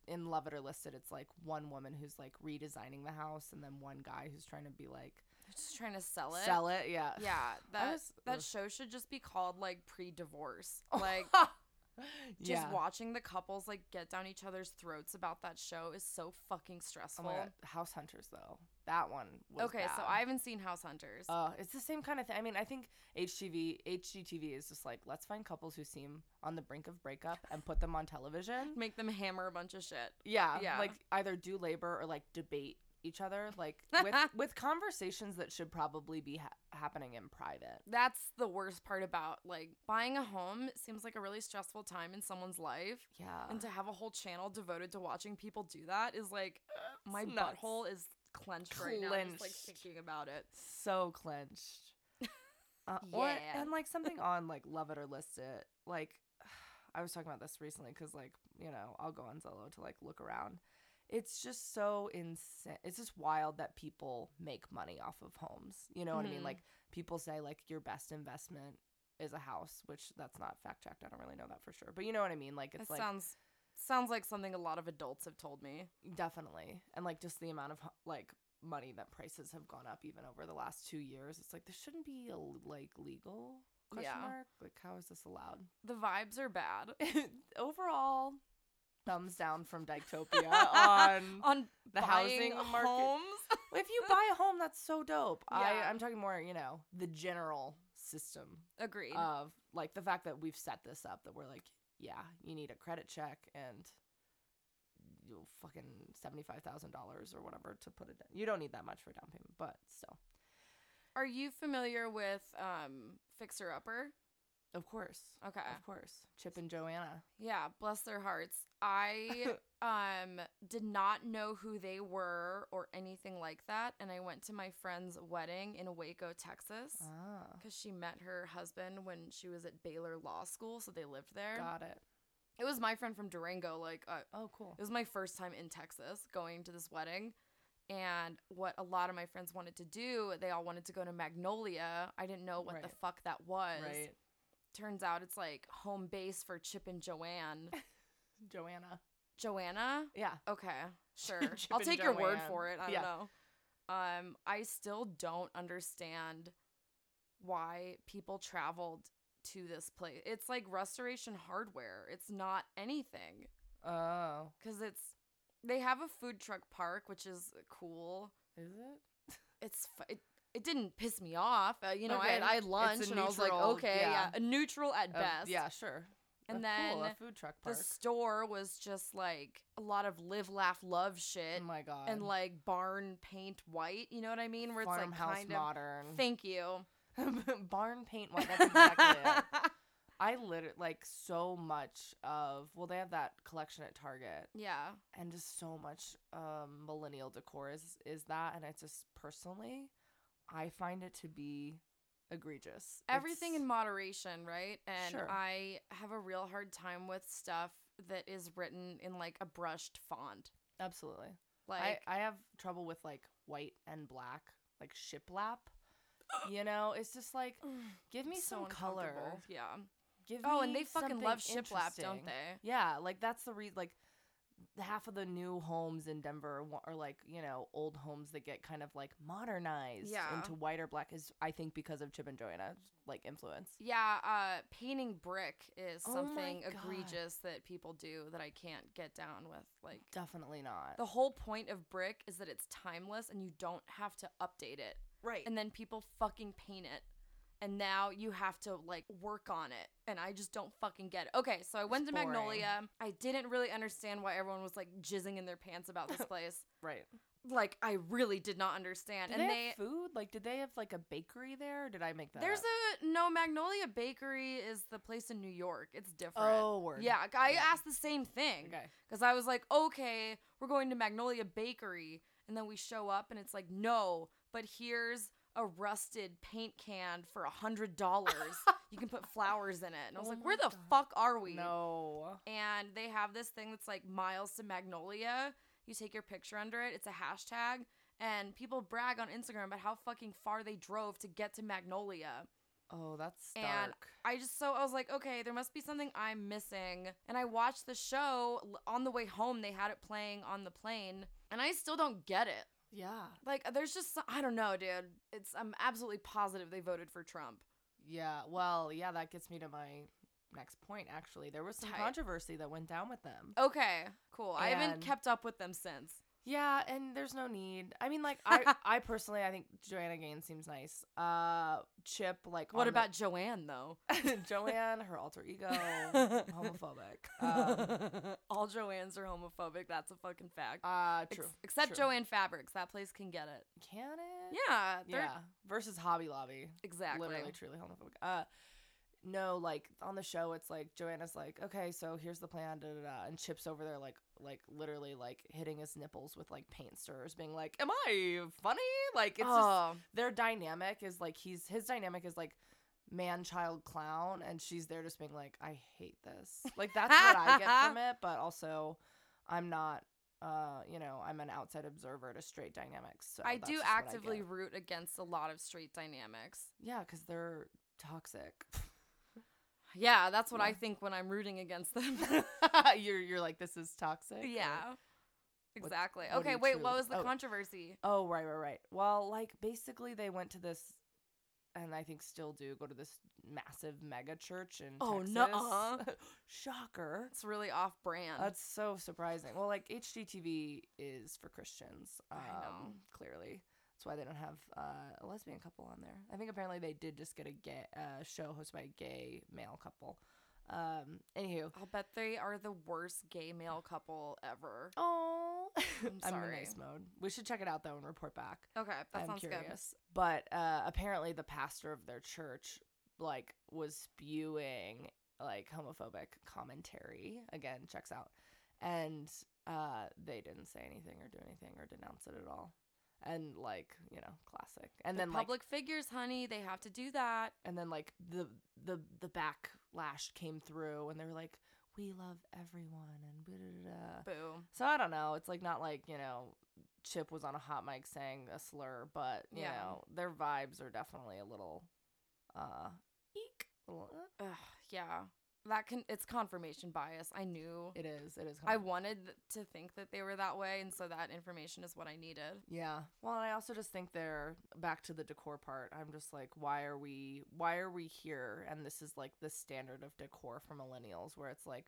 Speaker 2: in Love It or Listed? It's like one woman who's like redesigning the house, and then one guy who's trying to be like
Speaker 1: Just trying to sell it.
Speaker 2: sell it. Yeah,
Speaker 1: Yeah,
Speaker 2: I
Speaker 1: that
Speaker 2: was-
Speaker 1: that
Speaker 2: ugh. Oh,
Speaker 1: show should just be called like pre-divorce. Like just
Speaker 2: yeah.
Speaker 1: watching the couples like get down each other's throats about that show is so fucking
Speaker 2: Oh
Speaker 1: stressful.
Speaker 2: my God. House Hunters though, that one. Was
Speaker 1: okay, so
Speaker 2: bad.
Speaker 1: I haven't seen House Hunters.
Speaker 2: Uh, it's the same kind of thing. I mean, I think HGTV HGTV is just like let's find couples who seem on the brink of breakup and put them on television.
Speaker 1: Make them hammer a bunch of shit.
Speaker 2: Yeah,
Speaker 1: Yeah.
Speaker 2: like either do labor or like debate each other, like with with conversations that should probably be ha- happening in private.
Speaker 1: That's the worst part about like buying a home seems like a really stressful time in someone's life.
Speaker 2: Yeah,
Speaker 1: And to have a whole channel devoted to watching people do that is like my
Speaker 2: nuts.
Speaker 1: butthole is clenched, right now. Just like
Speaker 2: Clenched.
Speaker 1: thinking about it.
Speaker 2: so clenched. Uh, or-
Speaker 1: Yeah.
Speaker 2: and like something on like love it or list it. Like I was talking about this recently because like you know I'll go on Zillow to like look around. It's just so insane. It's just wild that people make money off of homes. You know what I mean?
Speaker 1: Mhm.
Speaker 2: Like people say like your best investment is a house, which that's not fact checked. I don't really know that for sure, but you know what I mean. Like it's
Speaker 1: That
Speaker 2: like
Speaker 1: sounds sounds like something a lot of adults have told me.
Speaker 2: Definitely. And like just the amount of like money that prices have gone up even over the last 2 years. It's like this shouldn't be Ill- like legal question
Speaker 1: Yeah.
Speaker 2: mark. Like how is this allowed?
Speaker 1: The vibes are bad.
Speaker 2: Overall, thumbs down from Dictopia on
Speaker 1: On
Speaker 2: the
Speaker 1: buying
Speaker 2: housing market.
Speaker 1: homes.
Speaker 2: If you buy a home, that's so dope.
Speaker 1: Yeah.
Speaker 2: I I'm talking more, you know, the general system
Speaker 1: Agreed.
Speaker 2: of like the fact that we've set this up that we're like, yeah, you need a credit check and you fucking seventy five thousand dollars or whatever to put it down. You don't need that much for a down payment, but still,
Speaker 1: are you familiar with um Fixer Upper?
Speaker 2: of course,
Speaker 1: Okay.
Speaker 2: of course, Chip and Joanna.
Speaker 1: Yeah, bless their hearts. I um did not know who they were or anything like that and I went to my friend's wedding in Waco, Texas.
Speaker 2: Ah,
Speaker 1: because she met her husband when she was at Baylor Law School, so they lived there.
Speaker 2: got it.
Speaker 1: It was my friend from Durango. Like, uh,
Speaker 2: Oh, cool.
Speaker 1: it was my first time in Texas going to this wedding, And what a lot of my friends wanted to do, they all wanted to go to Magnolia. I didn't know what the
Speaker 2: Right.
Speaker 1: fuck that was.
Speaker 2: Right.
Speaker 1: Turns out it's like home base for Chip and Joanne.
Speaker 2: Joanna.
Speaker 1: Joanna?
Speaker 2: Yeah.
Speaker 1: Okay, sure.
Speaker 2: Chip
Speaker 1: I'll
Speaker 2: and
Speaker 1: take your word
Speaker 2: Joanne.
Speaker 1: for it. I
Speaker 2: Yeah.
Speaker 1: don't know. Um, I still don't understand why people traveled to this place. It's like restoration hardware. It's not anything
Speaker 2: Oh.
Speaker 1: because it's they have a food truck park, which is cool.
Speaker 2: Is it?
Speaker 1: It's fu- it, it didn't piss me off. Uh, you know, I had,
Speaker 2: Okay.
Speaker 1: I had lunch
Speaker 2: It's a
Speaker 1: and I was like,
Speaker 2: neutral,
Speaker 1: okay,
Speaker 2: yeah.
Speaker 1: yeah. a neutral at
Speaker 2: A-
Speaker 1: best.
Speaker 2: Oh, yeah, sure.
Speaker 1: and
Speaker 2: A-
Speaker 1: then.
Speaker 2: cool, a food truck
Speaker 1: the
Speaker 2: park.
Speaker 1: store was just like a lot of live, laugh, love shit
Speaker 2: oh my god.
Speaker 1: and like barn paint white. You know what I mean? Where it's
Speaker 2: farmhouse
Speaker 1: like kind
Speaker 2: modern.
Speaker 1: of. Thank you.
Speaker 2: Barn paint white. That's exactly it. I literally like so much of. Well, they have that collection at Target,
Speaker 1: yeah.
Speaker 2: and just so much um, millennial decor is is that, and it's just personally, I find it to be egregious.
Speaker 1: Everything
Speaker 2: It's-
Speaker 1: in moderation, right? And
Speaker 2: Sure.
Speaker 1: I have a real hard time with stuff that is written in like a brushed font.
Speaker 2: absolutely.
Speaker 1: Like
Speaker 2: I, I have trouble with like white and black, like shiplap. You know, it's just like give me
Speaker 1: so
Speaker 2: some color.
Speaker 1: uncomfortable. Yeah.
Speaker 2: Give
Speaker 1: Oh, and
Speaker 2: me
Speaker 1: they fucking
Speaker 2: something
Speaker 1: love shiplap, don't
Speaker 2: interesting.
Speaker 1: they?
Speaker 2: Yeah, like that's the reason. Like half of the new homes in Denver wa- are like you know old homes that get kind of like modernized
Speaker 1: Yeah.
Speaker 2: into white or black. Is I think because of Chip and Joanna's like influence.
Speaker 1: Yeah, uh, painting brick is
Speaker 2: Oh my
Speaker 1: something
Speaker 2: God.
Speaker 1: egregious that people do that I can't get down with. Like,
Speaker 2: Definitely not.
Speaker 1: the whole point of brick is that it's timeless and you don't have to update it.
Speaker 2: right.
Speaker 1: and then people fucking paint it and now you have to like work on it and i just don't fucking get it okay so i went to
Speaker 2: boring.
Speaker 1: magnolia i didn't really understand why everyone was like jizzing in their pants about this place
Speaker 2: right.
Speaker 1: like i really did not understand
Speaker 2: Did
Speaker 1: and
Speaker 2: they,
Speaker 1: they,
Speaker 2: have food? Like, did they have like a bakery there? Or did I make that?
Speaker 1: there's
Speaker 2: up?
Speaker 1: a no magnolia bakery is the place in new york it's different
Speaker 2: oh word.
Speaker 1: yeah i
Speaker 2: Yeah.
Speaker 1: asked the same thing
Speaker 2: Okay.
Speaker 1: because i was like okay we're going to magnolia bakery and then we show up and it's like no but here's a rusted paint can for a hundred dollars you can put flowers in it and i was
Speaker 2: Oh
Speaker 1: like where
Speaker 2: my
Speaker 1: the
Speaker 2: God.
Speaker 1: fuck are we
Speaker 2: No.
Speaker 1: and they have this thing that's like miles to magnolia you take your picture under it it's a hashtag and people brag on instagram about how fucking far they drove to get to magnolia
Speaker 2: Oh, that's dark.
Speaker 1: And I just so I was like, okay, there must be something I'm missing. And I watched the show L- on the way home. They had it playing on the plane, and I still don't get it.
Speaker 2: yeah.
Speaker 1: Like, there's just so- I don't know, dude. It's I'm absolutely positive they voted for Trump.
Speaker 2: Yeah. Well, yeah, that gets me to my next point actually. There was some
Speaker 1: Tight.
Speaker 2: controversy that went down with them.
Speaker 1: Okay, cool. I haven't
Speaker 2: And-
Speaker 1: kept up with them since.
Speaker 2: Yeah, and there's no need. I mean, like I I personally I think Joanna Gaines seems nice. Uh Chip like
Speaker 1: What
Speaker 2: on
Speaker 1: about Joanne though?
Speaker 2: the- Joanne, her alter ego, homophobic. Oh, Um,
Speaker 1: All Joannes are homophobic. That's a fucking fact.
Speaker 2: uh
Speaker 1: Ex-
Speaker 2: true.
Speaker 1: except
Speaker 2: true.
Speaker 1: Joanne Fabrics. That place can get it.
Speaker 2: Can it?
Speaker 1: Yeah. they're-
Speaker 2: Yeah. Versus Hobby Lobby.
Speaker 1: Exactly.
Speaker 2: literally truly homophobic. Uh, no, like on the show, it's like Joanna's like, okay, so here's the plan, da, da, da, and Chip's over there like, like literally like hitting his nipples with like paint stirrers, being like, "Am I funny?" Like it's just
Speaker 1: oh,
Speaker 2: their dynamic is like he's his dynamic is like man child clown, and she's there just being like, "I hate this." Like that's what I get from it, but also I'm not. Uh, you know, I'm an outside observer to straight dynamics. So
Speaker 1: I
Speaker 2: that's
Speaker 1: do
Speaker 2: just what I
Speaker 1: actively
Speaker 2: get.
Speaker 1: root against a lot of straight dynamics.
Speaker 2: yeah, because they're toxic.
Speaker 1: Yeah, that's what I
Speaker 2: Yeah.
Speaker 1: think when I'm rooting against them.
Speaker 2: you're you're like this is toxic. or-
Speaker 1: yeah. Exactly.
Speaker 2: what do
Speaker 1: okay,
Speaker 2: you
Speaker 1: wait,
Speaker 2: truly
Speaker 1: what
Speaker 2: th-
Speaker 1: was the
Speaker 2: oh.
Speaker 1: controversy?
Speaker 2: Oh right right right. Well, like basically they went to this, and I think still do go to this massive mega church in
Speaker 1: Oh,
Speaker 2: Texas.
Speaker 1: nuh-uh.
Speaker 2: Shocker.
Speaker 1: It's really off brand.
Speaker 2: That's so surprising. Well, like HGTV is for Christians. Um,
Speaker 1: I know.
Speaker 2: Clearly, that's why they don't have uh, a lesbian couple on there. I think apparently they did just get a gay uh, show hosted by a gay male couple. Um. Anywho.
Speaker 1: I'll bet they are the worst gay male couple ever.
Speaker 2: Oh, I'm,
Speaker 1: sorry.
Speaker 2: in nice mode. We should check it out though and report back.
Speaker 1: Okay, that
Speaker 2: I'm
Speaker 1: sounds
Speaker 2: curious. But uh, apparently, the pastor of their church like was spewing like homophobic commentary. Again, checks out, and uh, they didn't say anything or do anything or denounce it at all. And like you know, classic.
Speaker 1: good.
Speaker 2: And
Speaker 1: They're
Speaker 2: then like,
Speaker 1: public figures, honey, they have to do that.
Speaker 2: and then like the the the backlash came through, and they were like, "We love everyone," and da da da.
Speaker 1: Boo.
Speaker 2: So I don't know. It's like not like you know Chip was on a hot mic saying a slur, but you
Speaker 1: Yeah.
Speaker 2: know their vibes are definitely a little, uh, eek. Little, uh.
Speaker 1: Ugh, yeah. That can it's confirmation bias. I knew.
Speaker 2: It is. It is.
Speaker 1: I
Speaker 2: hard.
Speaker 1: wanted to think that they were that way, and so that information is what I needed.
Speaker 2: Yeah. Well, and I also just think they're back to the decor part. I'm just like, why are we why are we here? And this is like the standard of decor for millennials where it's like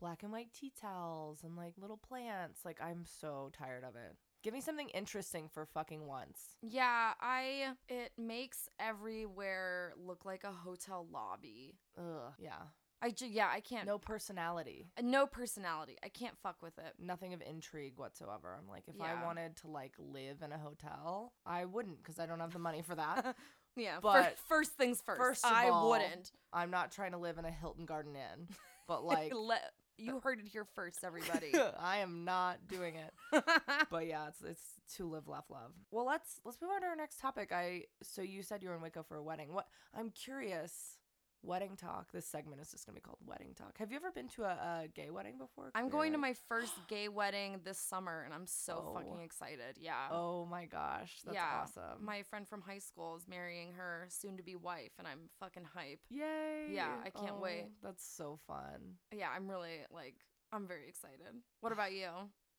Speaker 2: black and white tea towels and like little plants. Like I'm so tired of it. Give me something interesting for fucking once.
Speaker 1: Yeah, I it makes everywhere look like a hotel lobby.
Speaker 2: Ugh. Yeah.
Speaker 1: I ju- yeah, I can't
Speaker 2: No personality.
Speaker 1: Uh, no personality. I can't fuck with it.
Speaker 2: Nothing of intrigue whatsoever. I'm like, if
Speaker 1: Yeah.
Speaker 2: I wanted to like live in a hotel, I wouldn't because I don't have the money for that.
Speaker 1: Yeah, fir-
Speaker 2: But-
Speaker 1: first things first.
Speaker 2: first of
Speaker 1: I
Speaker 2: all,
Speaker 1: wouldn't.
Speaker 2: I'm not trying to live in a Hilton Garden Inn, but like
Speaker 1: Le- you heard it here first, everybody.
Speaker 2: I am not doing it. But yeah, it's it's to live, laugh, love. Well, let's let's move on to our next topic. I so you said you were in Waco for a wedding. What I'm curious, wedding talk. This segment is just gonna be called wedding talk. Have you ever been to a, a gay wedding before?
Speaker 1: I'm
Speaker 2: You're
Speaker 1: going to
Speaker 2: like,
Speaker 1: my first gay wedding this summer, and I'm so
Speaker 2: Oh.
Speaker 1: fucking excited. Yeah.
Speaker 2: Oh my gosh, that's
Speaker 1: Yeah,
Speaker 2: awesome.
Speaker 1: My friend from high school is marrying her soon to be wife, and I'm fucking hype.
Speaker 2: Yay!
Speaker 1: Yeah, I can't wait.
Speaker 2: Oh, That's so fun.
Speaker 1: Yeah, I'm really like, I'm very excited. What about you?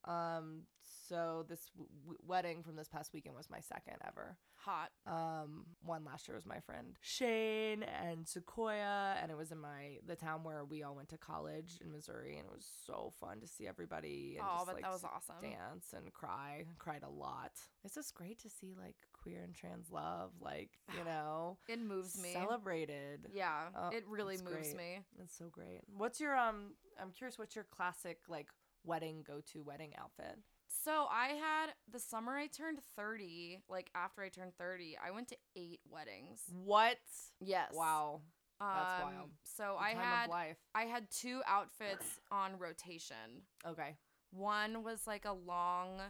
Speaker 2: Um, so this w- w- wedding from this past weekend was my second ever.
Speaker 1: Hot.
Speaker 2: Um, one last year was my friend Shane and Sequoia, and it was in my the town where we all went to college in Missouri, and it was so fun to see everybody. And
Speaker 1: Oh,
Speaker 2: just,
Speaker 1: but
Speaker 2: like,
Speaker 1: that was
Speaker 2: s-
Speaker 1: awesome.
Speaker 2: Dance and cry, cried a lot. It's just great to see like queer and trans love, like you know,
Speaker 1: It moves me.
Speaker 2: celebrated.
Speaker 1: Yeah,
Speaker 2: Oh,
Speaker 1: it really
Speaker 2: it's
Speaker 1: moves
Speaker 2: great.
Speaker 1: me.
Speaker 2: That's so great. What's your um? I'm curious. What's your classic like wedding go to wedding outfit?
Speaker 1: So I had the summer I turned 30, like after I turned 30, I went to eight weddings.
Speaker 2: What?
Speaker 1: Yes.
Speaker 2: Mm. Wow, that's
Speaker 1: Um,
Speaker 2: wild.
Speaker 1: So
Speaker 2: The
Speaker 1: I
Speaker 2: time
Speaker 1: had
Speaker 2: of life.
Speaker 1: I had two outfits on rotation.
Speaker 2: Okay.
Speaker 1: One was like a long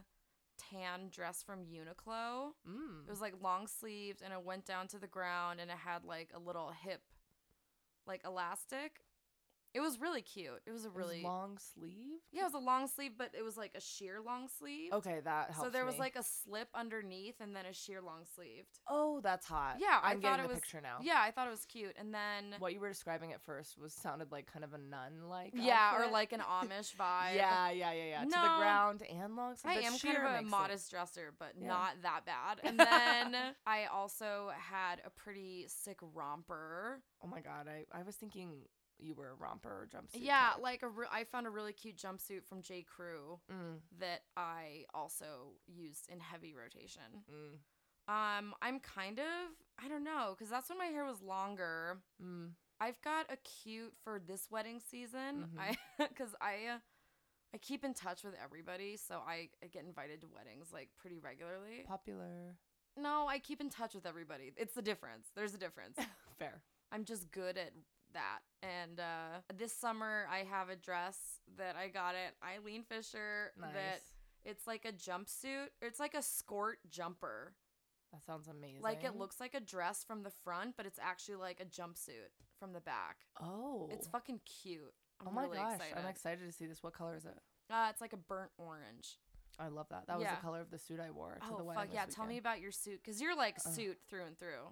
Speaker 1: tan dress from Uniqlo.
Speaker 2: Mm.
Speaker 1: It was like long sleeved and it went down to the ground and it had like a little hip like elastic. It was really cute. It was a
Speaker 2: It was
Speaker 1: really
Speaker 2: long sleeve.
Speaker 1: Yeah, it was a long sleeve, but it was like a sheer long sleeve.
Speaker 2: Okay, that helps.
Speaker 1: So there was
Speaker 2: me.
Speaker 1: like a slip underneath and then a sheer long sleeved.
Speaker 2: oh, that's hot.
Speaker 1: Yeah, I
Speaker 2: I'm
Speaker 1: thought
Speaker 2: getting
Speaker 1: it
Speaker 2: the
Speaker 1: was-
Speaker 2: picture now.
Speaker 1: Yeah, I thought it was cute. And then
Speaker 2: Oh. what you were describing at first was sounded like kind of a nun like.
Speaker 1: yeah, or like an Amish vibe.
Speaker 2: yeah, yeah, yeah, yeah. To the
Speaker 1: No.
Speaker 2: ground and long.
Speaker 1: I
Speaker 2: the
Speaker 1: am kind
Speaker 2: sheer
Speaker 1: of a
Speaker 2: makes it-
Speaker 1: modest dresser, but
Speaker 2: Yeah.
Speaker 1: not that bad. And then I also had a pretty sick romper.
Speaker 2: Oh my god, I I was thinking you were a romper or jumpsuit.
Speaker 1: yeah,
Speaker 2: type.
Speaker 1: like a re- I found a really cute jumpsuit from J. Crew
Speaker 2: Mm,
Speaker 1: that I also used in heavy rotation.
Speaker 2: mm,
Speaker 1: Um, I'm kind of I don't know because that's when my hair was longer.
Speaker 2: mm.
Speaker 1: I've got a cute for this wedding season.
Speaker 2: Mhm.
Speaker 1: I because I uh, I keep in touch with everybody, so I, I get invited to weddings like pretty regularly.
Speaker 2: Popular.
Speaker 1: No, I keep in touch with everybody. It's the difference. There's a difference.
Speaker 2: Fair.
Speaker 1: I'm just good at that. And uh, this summer, I have a dress that I got at Eileen Fisher.
Speaker 2: Nice.
Speaker 1: That it's like a jumpsuit. It's like a skirt jumper.
Speaker 2: that sounds amazing.
Speaker 1: Like it looks like a dress from the front, but it's actually like a jumpsuit from the back.
Speaker 2: Oh.
Speaker 1: It's fucking cute. I'm
Speaker 2: Oh my
Speaker 1: really
Speaker 2: gosh,
Speaker 1: excited.
Speaker 2: I'm excited to see this. What color is it?
Speaker 1: uh, it's like a burnt orange.
Speaker 2: I love that. That was
Speaker 1: Yeah.
Speaker 2: the color of the suit I wore to
Speaker 1: oh
Speaker 2: the wedding.
Speaker 1: fuck
Speaker 2: this
Speaker 1: yeah! Tell me
Speaker 2: weekend.
Speaker 1: about your suit, cause you're like
Speaker 2: Ugh. Mm.
Speaker 1: suit through and through.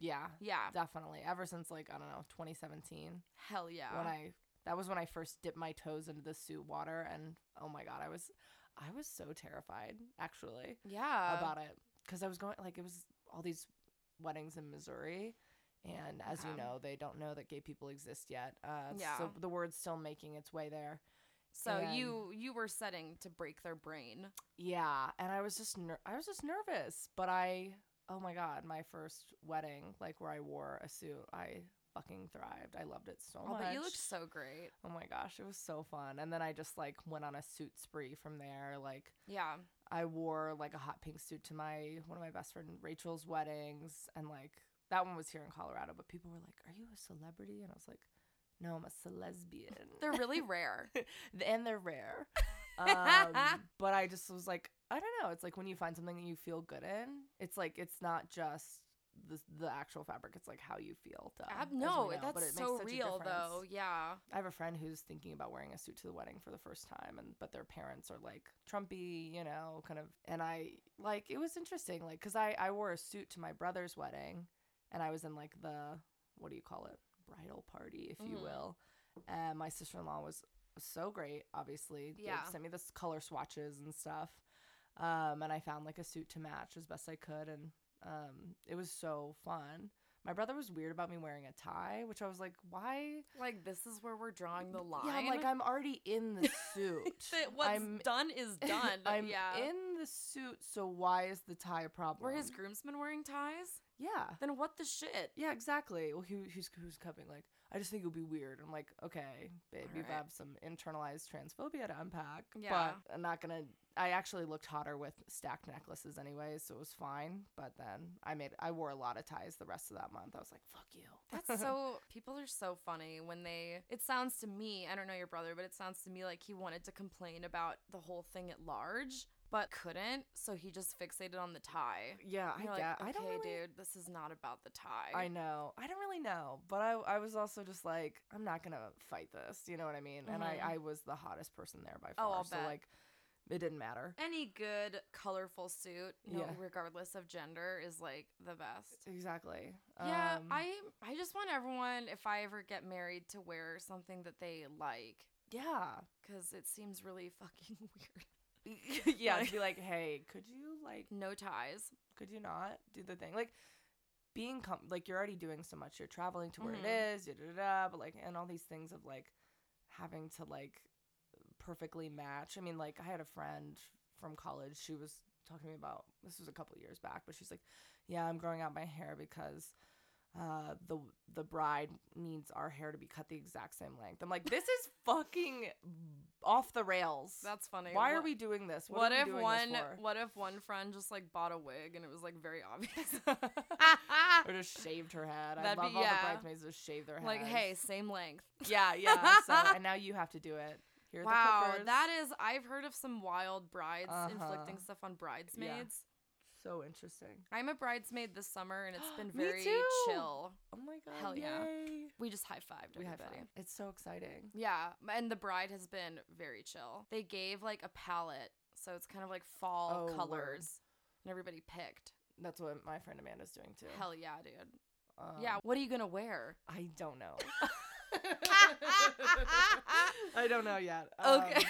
Speaker 2: Yeah.
Speaker 1: Yeah,
Speaker 2: Definitely. Ever since like I don't know, 2017,
Speaker 1: hell yeah.
Speaker 2: when I that was when I first dipped my toes into the suit water, and oh my god, I was I was so terrified actually
Speaker 1: yeah.
Speaker 2: about it because I was going like it was all these weddings in Missouri. And as you
Speaker 1: Okay.
Speaker 2: know, they don't know that gay people exist yet. Uh,
Speaker 1: Yeah.
Speaker 2: So the word's still making its way there.
Speaker 1: So
Speaker 2: And-
Speaker 1: you you were setting to break their brain.
Speaker 2: Yeah, and I was just ner- I was just nervous, but I oh my god, my first wedding, like where I wore a suit, I fucking thrived. I loved it so
Speaker 1: Oh,
Speaker 2: much.
Speaker 1: but you looked so great.
Speaker 2: Oh my gosh, it was so fun. And then I just like went on a suit spree from there. Like
Speaker 1: Yeah.
Speaker 2: I wore like a hot pink suit to my one of my best friend Rachel's weddings and like that one was here in Colorado, but people were like, "Are you a celebrity?" And I was like, "No, I'm a celesbian."
Speaker 1: They're really rare.
Speaker 2: and they're rare. Um, but I just was like, I don't know. It's like when you find something that you feel good in, it's like it's not just the the actual fabric. It's like how you feel. Done,
Speaker 1: Ab-
Speaker 2: as we
Speaker 1: no,
Speaker 2: know,
Speaker 1: that's so
Speaker 2: such a
Speaker 1: real though.
Speaker 2: difference.
Speaker 1: Yeah.
Speaker 2: I have a friend who's thinking about wearing a suit to the wedding for the first time, and but their parents are like Trumpy, you know, kind of. And I like it was interesting, like because I I wore a suit to my brother's wedding, and I was in like the what do you call it bridal party, if you
Speaker 1: Mhm.
Speaker 2: will. And my sister in law was so great, obviously. They
Speaker 1: Yeah.
Speaker 2: sent me this color swatches and stuff, um, and I found like a suit to match as best I could, and um, it was so fun. My brother was weird about me wearing a tie, which I was like, why?
Speaker 1: Like this is where we're drawing the line.
Speaker 2: Yeah, I'm like I'm already in the suit.
Speaker 1: That what's
Speaker 2: I'm
Speaker 1: done is done.
Speaker 2: I'm
Speaker 1: yeah.
Speaker 2: in the suit, so why is the tie a problem?
Speaker 1: Were his groomsmen wearing ties?
Speaker 2: yeah,
Speaker 1: Then what the shit?
Speaker 2: yeah, exactly. Well, who who's who's coming? Like, I just think it would be weird. I'm like, okay, babe,
Speaker 1: All
Speaker 2: you
Speaker 1: right.
Speaker 2: have some internalized transphobia to unpack.
Speaker 1: Yeah.
Speaker 2: but I'm not gonna. I actually looked hotter with stacked necklaces, anyways, so it was fine. But then I made I wore a lot of ties the rest of that month. I was like, fuck you.
Speaker 1: That's so people are so funny when they it sounds to me, I don't know your brother, but it sounds to me like he wanted to complain about the whole thing at large, but couldn't, so he just fixated on the tie.
Speaker 2: yeah, I
Speaker 1: You're like,
Speaker 2: get.
Speaker 1: okay,
Speaker 2: I don't really
Speaker 1: dude, this is not about the tie.
Speaker 2: I know. I don't really know, but I, I was also just like, I'm not gonna fight this. You know what I mean? And I,
Speaker 1: Mhm.
Speaker 2: I was the hottest person there by far.
Speaker 1: Oh, I'll
Speaker 2: so
Speaker 1: bet.
Speaker 2: like, it didn't matter.
Speaker 1: Any good colorful suit, no,
Speaker 2: Yeah.
Speaker 1: regardless of gender, is like the best.
Speaker 2: Exactly.
Speaker 1: Yeah,
Speaker 2: Um,
Speaker 1: I I just want everyone if I ever get married to wear something that they like
Speaker 2: Yeah.
Speaker 1: cuz it seems really fucking weird.
Speaker 2: yeah.
Speaker 1: Like-
Speaker 2: to be like, hey, could you like,
Speaker 1: No ties.
Speaker 2: could you not do the thing? Like, being com- like you're already doing so much. You're traveling to where it
Speaker 1: Mhm.
Speaker 2: is. Da da da. But like, and all these things of like having to like perfectly match. I mean, like I had a friend from college. She was talking to me about this was a couple years back, but she's like, "Yeah, I'm growing out my hair because uh, the the bride needs our hair to be cut the exact same length." I'm like, "This is fucking off the rails.
Speaker 1: That's funny.
Speaker 2: Why are
Speaker 1: What-
Speaker 2: we doing this?
Speaker 1: What,
Speaker 2: are we
Speaker 1: if
Speaker 2: doing
Speaker 1: one
Speaker 2: This for?
Speaker 1: what if one friend just like bought a wig and it was like very obvious? Ah,
Speaker 2: or just shaved her head. I
Speaker 1: That'd be-
Speaker 2: love all
Speaker 1: yeah.
Speaker 2: the bridesmaids just shave their head.
Speaker 1: like, hey, same length.
Speaker 2: yeah, yeah. So and now you have to do it. Here are the
Speaker 1: Wow,
Speaker 2: clippers.
Speaker 1: that is I've heard of some wild brides inflicting
Speaker 2: Uh-huh.
Speaker 1: stuff on bridesmaids.
Speaker 2: so interesting.
Speaker 1: I'm a bridesmaid this summer and it's been
Speaker 2: Me
Speaker 1: very
Speaker 2: too.
Speaker 1: chill.
Speaker 2: Oh my god!
Speaker 1: Hell yeah.
Speaker 2: yay.
Speaker 1: We just high fived
Speaker 2: We have
Speaker 1: everybody.
Speaker 2: fun. It's so exciting.
Speaker 1: Yeah, m- and the bride has been very chill. They gave like a palette, so it's kind of like
Speaker 2: Oh,
Speaker 1: fall
Speaker 2: word.
Speaker 1: colors, and everybody picked.
Speaker 2: That's what my friend Amanda's doing too.
Speaker 1: Hell yeah, dude. Oh.
Speaker 2: Um,
Speaker 1: yeah, what are you gonna wear?
Speaker 2: I don't know.
Speaker 1: Um,
Speaker 2: I don't know yet.
Speaker 1: Okay.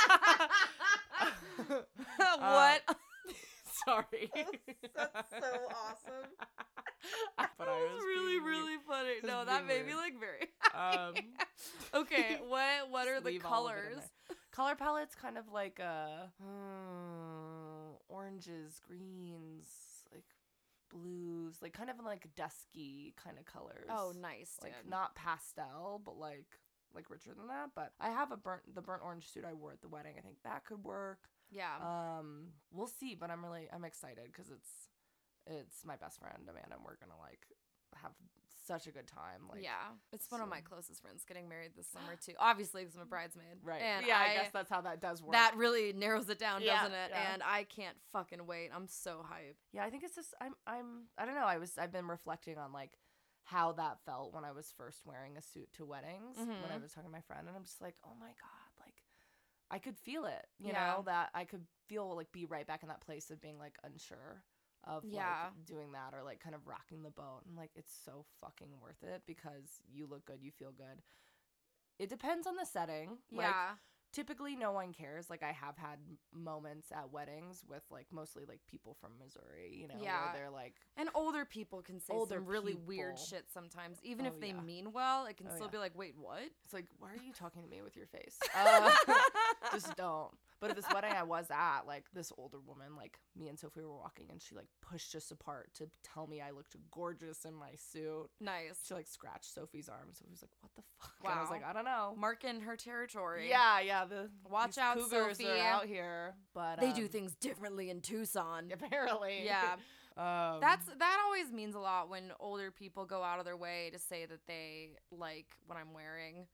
Speaker 2: Um,
Speaker 1: what?
Speaker 2: sorry.
Speaker 1: That's so awesome.
Speaker 2: but I was
Speaker 1: really,
Speaker 2: being weird.
Speaker 1: really funny.
Speaker 2: was
Speaker 1: No, that
Speaker 2: being
Speaker 1: made me
Speaker 2: weird.
Speaker 1: like very.
Speaker 2: Um,
Speaker 1: okay, what what are
Speaker 2: just
Speaker 1: the
Speaker 2: leave all of it in
Speaker 1: colors?
Speaker 2: there. Color palette's kind of like uh, hmm, oranges, greens, like blues, like kind of like dusky kind of colors.
Speaker 1: Oh, nice, dude.
Speaker 2: like not pastel, but like like richer than that. But I have a burnt the burnt orange suit I wore at the wedding. I think that could work.
Speaker 1: yeah.
Speaker 2: Um, we'll see. But I'm really I'm excited because it's it's my best friend Amanda, and we're gonna like have such a good time. Like,
Speaker 1: yeah, it's one of my
Speaker 2: so-
Speaker 1: closest friends getting married this summer too. Obviously, because I'm a bridesmaid.
Speaker 2: Right.
Speaker 1: And
Speaker 2: yeah, I,
Speaker 1: I
Speaker 2: guess that's how that does work.
Speaker 1: that really narrows it down,
Speaker 2: Yeah,
Speaker 1: doesn't it?
Speaker 2: yeah.
Speaker 1: And I can't fucking wait. I'm so hyped.
Speaker 2: yeah, I think it's just I'm I'm I don't know. I was I've been reflecting on like how that felt when I was first wearing a suit to weddings when I
Speaker 1: Mhm.
Speaker 2: was talking to my friend, and I'm just like, oh my god, like I could feel it. You
Speaker 1: Yeah.
Speaker 2: know that I could feel like be right back in that place of being like unsure of
Speaker 1: Yeah.
Speaker 2: like doing that or like kind of rocking the boat. And like it's so fucking worth it because you look good, you feel good. It depends on the setting. Like,
Speaker 1: yeah.
Speaker 2: typically no one cares like i have had m- moments at weddings with like mostly like people from missouri you know
Speaker 1: Yeah.
Speaker 2: where they're like
Speaker 1: And older people can say
Speaker 2: Older
Speaker 1: some really weird
Speaker 2: people.
Speaker 1: shit sometimes, even
Speaker 2: Oh,
Speaker 1: if they
Speaker 2: yeah.
Speaker 1: mean well. It can
Speaker 2: Oh,
Speaker 1: still
Speaker 2: yeah.
Speaker 1: be like, "Wait, what?"
Speaker 2: it's like why are you talking to me with your face uh, just don't but at this wedding i was at like this older woman like me and sophie were walking and she like pushed us apart to tell me i looked gorgeous in my suit
Speaker 1: nice,
Speaker 2: she like scratched sophie's arm sophie's like what the fuck and i was
Speaker 1: Wow.
Speaker 2: like i don't know
Speaker 1: marking her territory.
Speaker 2: yeah yeah the
Speaker 1: Watch
Speaker 2: these
Speaker 1: out,
Speaker 2: cougars
Speaker 1: Sophie.
Speaker 2: are out here but
Speaker 1: they do
Speaker 2: um,
Speaker 1: things differently in Tucson.
Speaker 2: apparently
Speaker 1: Yeah.
Speaker 2: um,
Speaker 1: That's that always means a lot when older people go out of their way to say that they like what I'm wearing.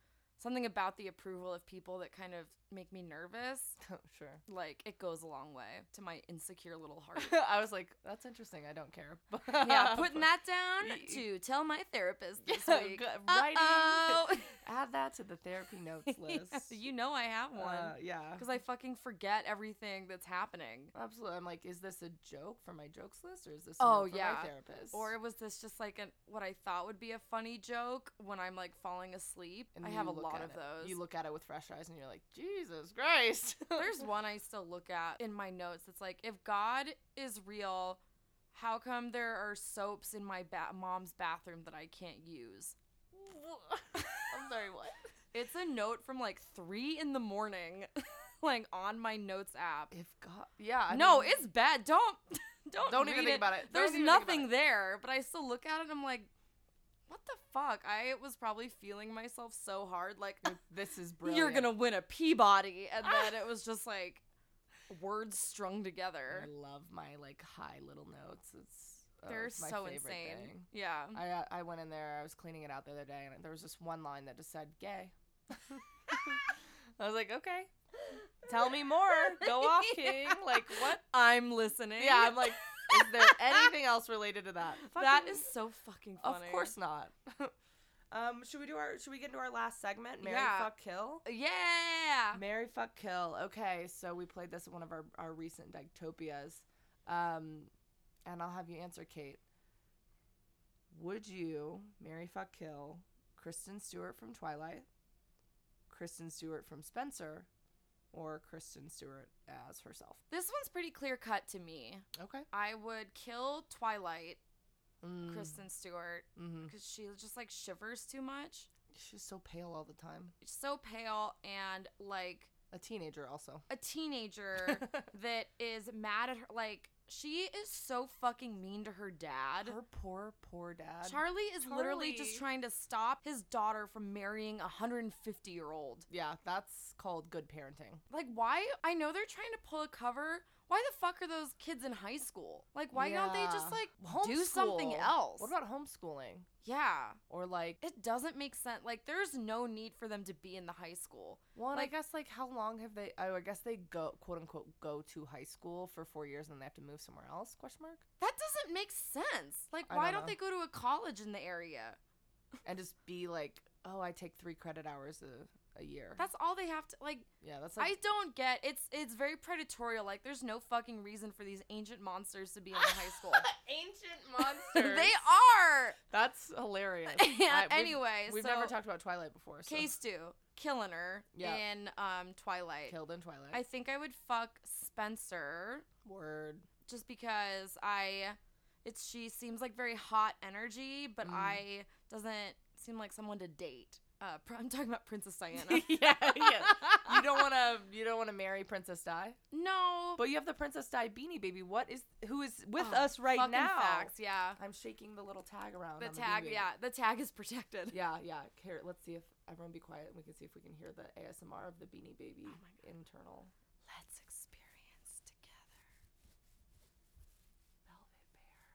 Speaker 1: Something about the approval of people that kind of make me nervous,
Speaker 2: Oh, sure.
Speaker 1: like it goes a long way to my insecure little heart.
Speaker 2: I was like, that's interesting. I don't care.
Speaker 1: yeah, putting that down
Speaker 2: Y- y-
Speaker 1: to tell my therapist this
Speaker 2: Yeah,
Speaker 1: week.
Speaker 2: good.
Speaker 1: Uh-oh.
Speaker 2: Writing. Add that to the therapy notes list.
Speaker 1: you know I have one.
Speaker 2: Uh, yeah.
Speaker 1: Because I fucking forget everything that's happening.
Speaker 2: Absolutely. I'm like, is this a joke for my jokes list or is this
Speaker 1: Oh,
Speaker 2: oh, for
Speaker 1: yeah.
Speaker 2: my therapist?
Speaker 1: Or was this just like an what I thought would be a funny joke when I'm like falling asleep?
Speaker 2: And
Speaker 1: I
Speaker 2: you
Speaker 1: have a
Speaker 2: look
Speaker 1: lot
Speaker 2: at
Speaker 1: of
Speaker 2: it.
Speaker 1: those.
Speaker 2: You look at it with fresh eyes and you're like, Jesus Christ.
Speaker 1: There's one I still look at in my notes. It's like, if God is real, how come there are soaps in my ba- mom's bathroom that I can't use?
Speaker 2: I'm sorry, what?
Speaker 1: It's a note from like three in the morning, like on my notes app.
Speaker 2: If God. Yeah. I
Speaker 1: no,
Speaker 2: mean,
Speaker 1: it's bad. Don't don't
Speaker 2: Don't even
Speaker 1: read
Speaker 2: think about it. Don't
Speaker 1: There's
Speaker 2: even think about
Speaker 1: nothing
Speaker 2: it.
Speaker 1: there, but I still look at it and I'm like, what the fuck? I was probably feeling myself so hard, like
Speaker 2: This is brilliant.
Speaker 1: you're gonna win a Peabody, and then it was just like words strung together.
Speaker 2: I love my like high little notes. It's oh,
Speaker 1: They're
Speaker 2: it's my
Speaker 1: so
Speaker 2: favorite
Speaker 1: insane.
Speaker 2: thing.
Speaker 1: Yeah.
Speaker 2: I uh, I went in there. I was cleaning it out the other day, and there was this one line that just said "gay." I was like, okay, tell me more. Go off, King. Like what?
Speaker 1: I'm listening.
Speaker 2: Yeah, I'm like, is there anything else related to that?
Speaker 1: that
Speaker 2: Fucking-
Speaker 1: is so fucking
Speaker 2: of
Speaker 1: funny.
Speaker 2: course not. um, should we do our? Should we get into our last segment? Mary
Speaker 1: Yeah.
Speaker 2: fuck kill.
Speaker 1: Yeah.
Speaker 2: Mary fuck kill. Okay, so we played this at one of our our recent Dictopias, um, and I'll have you answer, Kate. Would you Mary fuck kill Kristen Stewart from Twilight, Kristen Stewart from Spencer, or Kristen Stewart as herself?
Speaker 1: This one's pretty clear cut to me.
Speaker 2: Okay.
Speaker 1: I would kill Twilight,
Speaker 2: Mm,
Speaker 1: Kristen Stewart,
Speaker 2: mhm.
Speaker 1: because she just like shivers too much.
Speaker 2: She's so pale all the time.
Speaker 1: She's so pale and like
Speaker 2: A teenager also.
Speaker 1: a teenager that is mad at her. Like, she is so fucking mean to her dad.
Speaker 2: Her poor, poor dad.
Speaker 1: Charlie is literally just
Speaker 2: Charlie.
Speaker 1: trying to stop his daughter from marrying a 150 year old.
Speaker 2: yeah, that's called good parenting.
Speaker 1: Like, why? I know they're trying to pull a cover. Why the fuck are those kids in high school? Like, why don't they just
Speaker 2: Yeah.
Speaker 1: like do something
Speaker 2: Homeschool.
Speaker 1: else?
Speaker 2: What about homeschooling?
Speaker 1: yeah,
Speaker 2: Or like,
Speaker 1: it doesn't make sense. Like, there's no need for them to be in the high school.
Speaker 2: well, and
Speaker 1: like-
Speaker 2: I guess like how long have they? Oh, I guess they go quote unquote go to high school for four years and then they have to move somewhere else? Question mark.
Speaker 1: That doesn't make sense. Like,
Speaker 2: I
Speaker 1: why
Speaker 2: don't
Speaker 1: don't they go to a college in the area?
Speaker 2: And just be like, oh, I take three credit hours a, a year.
Speaker 1: That's all they have to like.
Speaker 2: yeah, that's like
Speaker 1: I don't get. It's it's very predatorial. Like, there's no fucking reason for these ancient monsters to be in the high school.
Speaker 2: ancient
Speaker 1: they are.
Speaker 2: That's hilarious.
Speaker 1: Yeah,
Speaker 2: I- we've-
Speaker 1: anyway,
Speaker 2: we've
Speaker 1: so
Speaker 2: never talked about Twilight before. So.
Speaker 1: Case do killing her
Speaker 2: Yeah.
Speaker 1: in um Twilight.
Speaker 2: killed in Twilight.
Speaker 1: I think I would fuck Spencer
Speaker 2: Word.
Speaker 1: just because I it's she seems like very hot energy, but
Speaker 2: Mm.
Speaker 1: I doesn't seem like someone to date. Uh, pr- I'm talking about Princess Diana.
Speaker 2: yeah, yeah. You don't want to. You don't want to marry Princess Di.
Speaker 1: no
Speaker 2: But you have the Princess Di beanie baby. What is who is with
Speaker 1: Oh,
Speaker 2: us right
Speaker 1: fucking
Speaker 2: now?
Speaker 1: facts, yeah.
Speaker 2: I'm shaking the little tag around.
Speaker 1: The
Speaker 2: on
Speaker 1: tag,
Speaker 2: baby.
Speaker 1: yeah, the tag is protected.
Speaker 2: Yeah, yeah. Here, let's see if everyone be quiet and we can see if we can hear the ASMR of the beanie baby
Speaker 1: Oh my God.
Speaker 2: internal
Speaker 1: Let's experience together.
Speaker 2: velvet bear.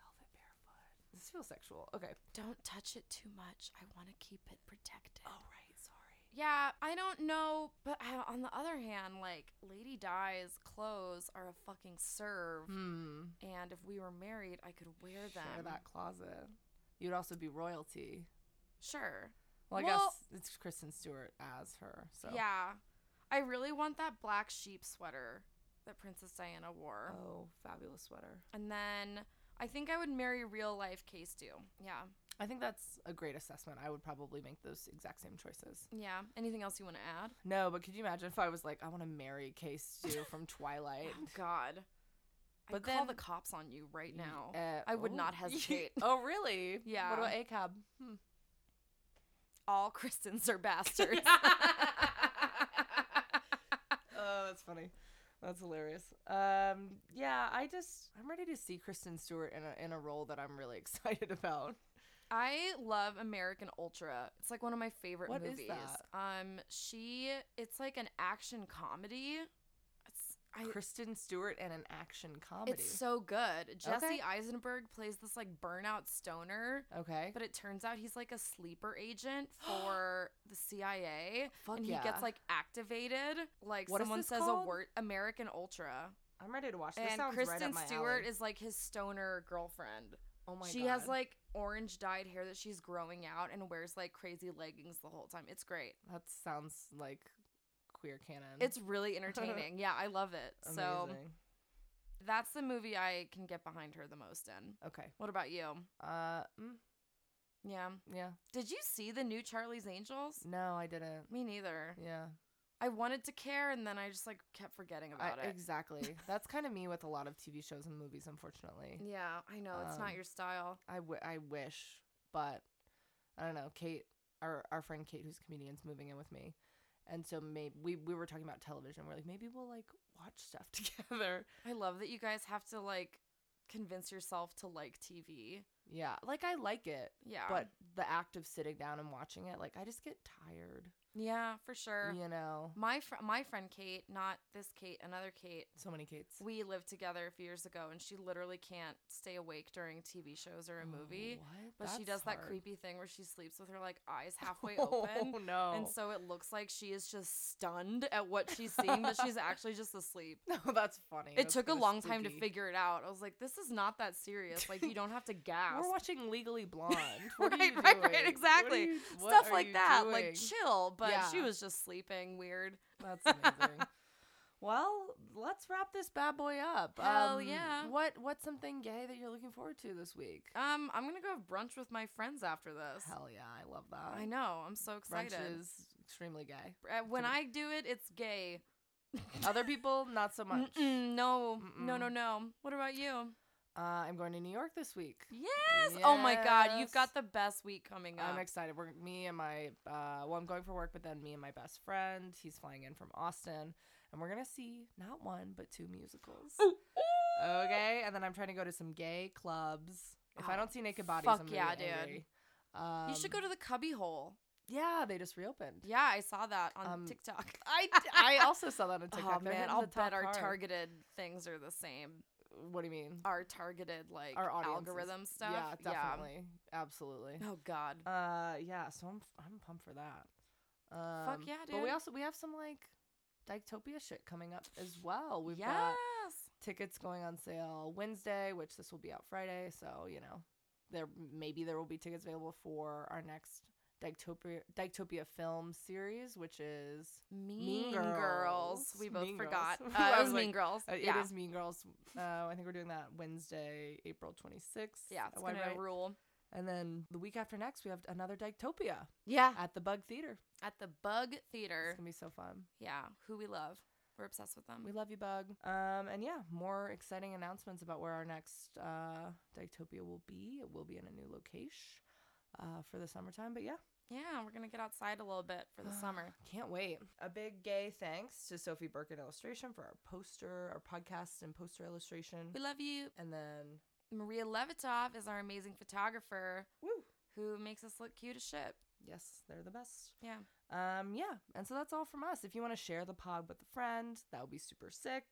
Speaker 2: Velvet barefoot. This feels sexual. Okay.
Speaker 1: Don't touch it too much. I want to keep it protected.
Speaker 2: Oh right, sorry.
Speaker 1: Yeah, I don't know, but I, on the other hand, like Lady Di's clothes are a fucking serve,
Speaker 2: Hmm.
Speaker 1: and if we were married, I could wear them.
Speaker 2: Share that closet. You'd also be royalty.
Speaker 1: Sure.
Speaker 2: Well, I
Speaker 1: Well-
Speaker 2: guess it's Kristen Stewart as her. So
Speaker 1: Yeah, I really want that black sheep sweater that Princess Diana wore,
Speaker 2: Oh, fabulous sweater.
Speaker 1: and then I think I would marry real life Case Do. Yeah,
Speaker 2: I think that's a great assessment. I would probably make those exact same choices.
Speaker 1: yeah. Anything else you want to add?
Speaker 2: No, but could you imagine if I was like, I want to marry Case Stew from Twilight?
Speaker 1: Oh God,
Speaker 2: But
Speaker 1: I'd call
Speaker 2: then-
Speaker 1: the cops on you right now.
Speaker 2: Uh,
Speaker 1: I would
Speaker 2: oh.
Speaker 1: not hesitate.
Speaker 2: oh, really?
Speaker 1: Yeah.
Speaker 2: What about ACAB? Hmm.
Speaker 1: All Kristens are bastards.
Speaker 2: Oh, that's funny. That's hilarious. Um, yeah, I just I'm ready to see Kristen Stewart in a in a role that I'm really excited about.
Speaker 1: I love American Ultra. It's like one of my favorite
Speaker 2: What is
Speaker 1: movies.
Speaker 2: that?
Speaker 1: Um she it's like an action comedy. It's I-
Speaker 2: Kristen Stewart and an action comedy.
Speaker 1: It's so good. Jesse
Speaker 2: Okay.
Speaker 1: Eisenberg plays this like burnout stoner,
Speaker 2: okay.
Speaker 1: but it turns out he's like a sleeper agent for the CIA,
Speaker 2: Fuck
Speaker 1: and
Speaker 2: yeah.
Speaker 1: he gets like activated. Like
Speaker 2: What is
Speaker 1: someone
Speaker 2: this
Speaker 1: says a
Speaker 2: called?
Speaker 1: word, American Ultra,
Speaker 2: I'm ready to watch this.
Speaker 1: and
Speaker 2: sounds right
Speaker 1: Kristen
Speaker 2: up my
Speaker 1: Stewart
Speaker 2: alley.
Speaker 1: is like his stoner girlfriend.
Speaker 2: Oh my
Speaker 1: she
Speaker 2: god.
Speaker 1: has like orange dyed hair that she's growing out and wears like crazy leggings the whole time. It's great.
Speaker 2: that sounds like queer canon.
Speaker 1: It's really entertaining. yeah, I love it. So
Speaker 2: Amazing.
Speaker 1: that's the movie I can get behind her the most in.
Speaker 2: okay.
Speaker 1: What about you?
Speaker 2: Uh, mm,
Speaker 1: Yeah.
Speaker 2: yeah.
Speaker 1: Did you see the new Charlie's Angels?
Speaker 2: No, I didn't.
Speaker 1: Me neither.
Speaker 2: Yeah.
Speaker 1: I wanted to care and then I just like kept forgetting
Speaker 2: I-
Speaker 1: about it.
Speaker 2: Exactly. That's kind of me with a lot of TV shows and movies, unfortunately.
Speaker 1: yeah, I know it's not
Speaker 2: Um,
Speaker 1: your style.
Speaker 2: I, w- I wish, but I don't know. Kate, our, our friend Kate, who's a comedian's moving in with me. And so maybe we, we were talking about television. We're like, maybe we'll like watch stuff together.
Speaker 1: I love that you guys have to like convince yourself to like TV.
Speaker 2: Yeah. Like I like it,
Speaker 1: Yeah.
Speaker 2: but the act of sitting down and watching it, like I just get tired,
Speaker 1: yeah, for sure.
Speaker 2: you know?
Speaker 1: My fr- my friend Kate, not this Kate, another Kate.
Speaker 2: So many Kates.
Speaker 1: We lived together a few years ago and she literally can't stay awake during TV shows or a movie.
Speaker 2: Oh, What?
Speaker 1: But she does
Speaker 2: That's
Speaker 1: that
Speaker 2: hard.
Speaker 1: creepy thing where she sleeps with her like eyes halfway open.
Speaker 2: Oh, no.
Speaker 1: And so it looks like she is just stunned at what she's seeing, but she's actually just asleep.
Speaker 2: no, that's funny.
Speaker 1: It
Speaker 2: That's
Speaker 1: took a
Speaker 2: kinda
Speaker 1: long time to
Speaker 2: spooky.
Speaker 1: figure it out. I was like, this is not that serious. Like, you don't have to gasp.
Speaker 2: We're watching Legally Blonde. What are
Speaker 1: Right,
Speaker 2: you
Speaker 1: right, right,
Speaker 2: doing? What are
Speaker 1: exactly.
Speaker 2: you- what
Speaker 1: Stuff
Speaker 2: are
Speaker 1: like
Speaker 2: you
Speaker 1: that.
Speaker 2: doing?
Speaker 1: Like, chill, but she
Speaker 2: Yeah.
Speaker 1: was just sleeping. Weird.
Speaker 2: That's amazing. well, let's wrap this bad boy up. Um,
Speaker 1: Hell yeah.
Speaker 2: What What's something gay that you're looking forward to this week?
Speaker 1: Um, I'm going to go have brunch with my friends after this.
Speaker 2: Hell yeah, I love that.
Speaker 1: I know. I'm so
Speaker 2: Brunch
Speaker 1: excited.
Speaker 2: is extremely gay.
Speaker 1: Uh, when
Speaker 2: Dude.
Speaker 1: I do it, it's gay.
Speaker 2: Other people, not so much.
Speaker 1: Mm-mm, no, no, no,
Speaker 2: Mm-mm.
Speaker 1: no. What about you?
Speaker 2: Uh, I'm going to New York this week.
Speaker 1: Yes. Oh my God, you've
Speaker 2: Yes.
Speaker 1: got the best week coming up.
Speaker 2: I'm excited. We're me and my uh, well, I'm going for work, but then me and my best friend. He's flying in from Austin, and we're gonna see not one but two musicals.
Speaker 1: Ooh, ooh.
Speaker 2: Okay, and then I'm trying to go to some gay clubs. If I
Speaker 1: Oh,
Speaker 2: don't see naked bodies,
Speaker 1: fuck
Speaker 2: I'm gonna
Speaker 1: yeah,
Speaker 2: get
Speaker 1: dude.
Speaker 2: angry. Um,
Speaker 1: you should go to the cubby hole.
Speaker 2: Yeah, they just reopened.
Speaker 1: Yeah, I saw that on
Speaker 2: Um,
Speaker 1: TikTok.
Speaker 2: I, I also saw that on TikTok.
Speaker 1: Oh
Speaker 2: They're
Speaker 1: man,
Speaker 2: hitting
Speaker 1: I'll
Speaker 2: the top
Speaker 1: bet our
Speaker 2: hard.
Speaker 1: targeted things are the same.
Speaker 2: What do you mean?
Speaker 1: Our targeted like
Speaker 2: Our audiences.
Speaker 1: algorithm stuff.
Speaker 2: Yeah, definitely, absolutely.
Speaker 1: Oh god.
Speaker 2: Uh, yeah. So I'm f- I'm pumped for that. Um,
Speaker 1: yeah,
Speaker 2: But
Speaker 1: dude.
Speaker 2: we also we have some like Dyketopia shit coming up as well. We've
Speaker 1: yes.
Speaker 2: got tickets going on sale Wednesday, which this will be out Friday. So you know, there maybe there will be tickets available for our next Dyketopia Dyketopia film series, which is
Speaker 1: mean,
Speaker 2: Girls.
Speaker 1: girls. We both
Speaker 2: Mean
Speaker 1: forgot.
Speaker 2: Girls.
Speaker 1: Uh,
Speaker 2: I
Speaker 1: it
Speaker 2: was
Speaker 1: was Mean
Speaker 2: like,
Speaker 1: Girls.
Speaker 2: uh,
Speaker 1: yeah.
Speaker 2: it is Mean Girls. Uh, I think we're doing that Wednesday, April twenty sixth.
Speaker 1: yeah, it's gonna rule.
Speaker 2: And then the week after next, we have another Dyketopia
Speaker 1: Yeah.
Speaker 2: at the Bug Theater.
Speaker 1: At the Bug
Speaker 2: It's
Speaker 1: Theater.
Speaker 2: gonna be so fun.
Speaker 1: Yeah, who we love. We're obsessed with them.
Speaker 2: We love you, Bug. Um, and yeah, more exciting announcements about where our next uh, Dictopia will be. It will be in a new location uh, for the summertime. But yeah,
Speaker 1: yeah, we're gonna get outside a little bit for the summer.
Speaker 2: can't wait. A big gay thanks to Sophie Birkin Illustration for our poster, our podcast, and poster illustration.
Speaker 1: We love you.
Speaker 2: And then,
Speaker 1: Maria Levitov is our amazing photographer
Speaker 2: woo,
Speaker 1: who makes us look cute as shit.
Speaker 2: yes, they're the best.
Speaker 1: Yeah.
Speaker 2: Um, yeah, and so that's all from us. If you want to share the pod with a friend, that would be super sick.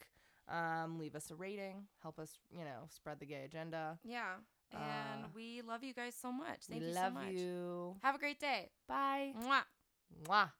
Speaker 2: Um, leave us a rating, help us, you know, spread the gay agenda.
Speaker 1: Yeah. And
Speaker 2: Uh,
Speaker 1: we love you guys so much. Thank
Speaker 2: we
Speaker 1: you
Speaker 2: love
Speaker 1: so much.
Speaker 2: you.
Speaker 1: Have a great day.
Speaker 2: Bye.
Speaker 1: Mwah.
Speaker 2: Mwah.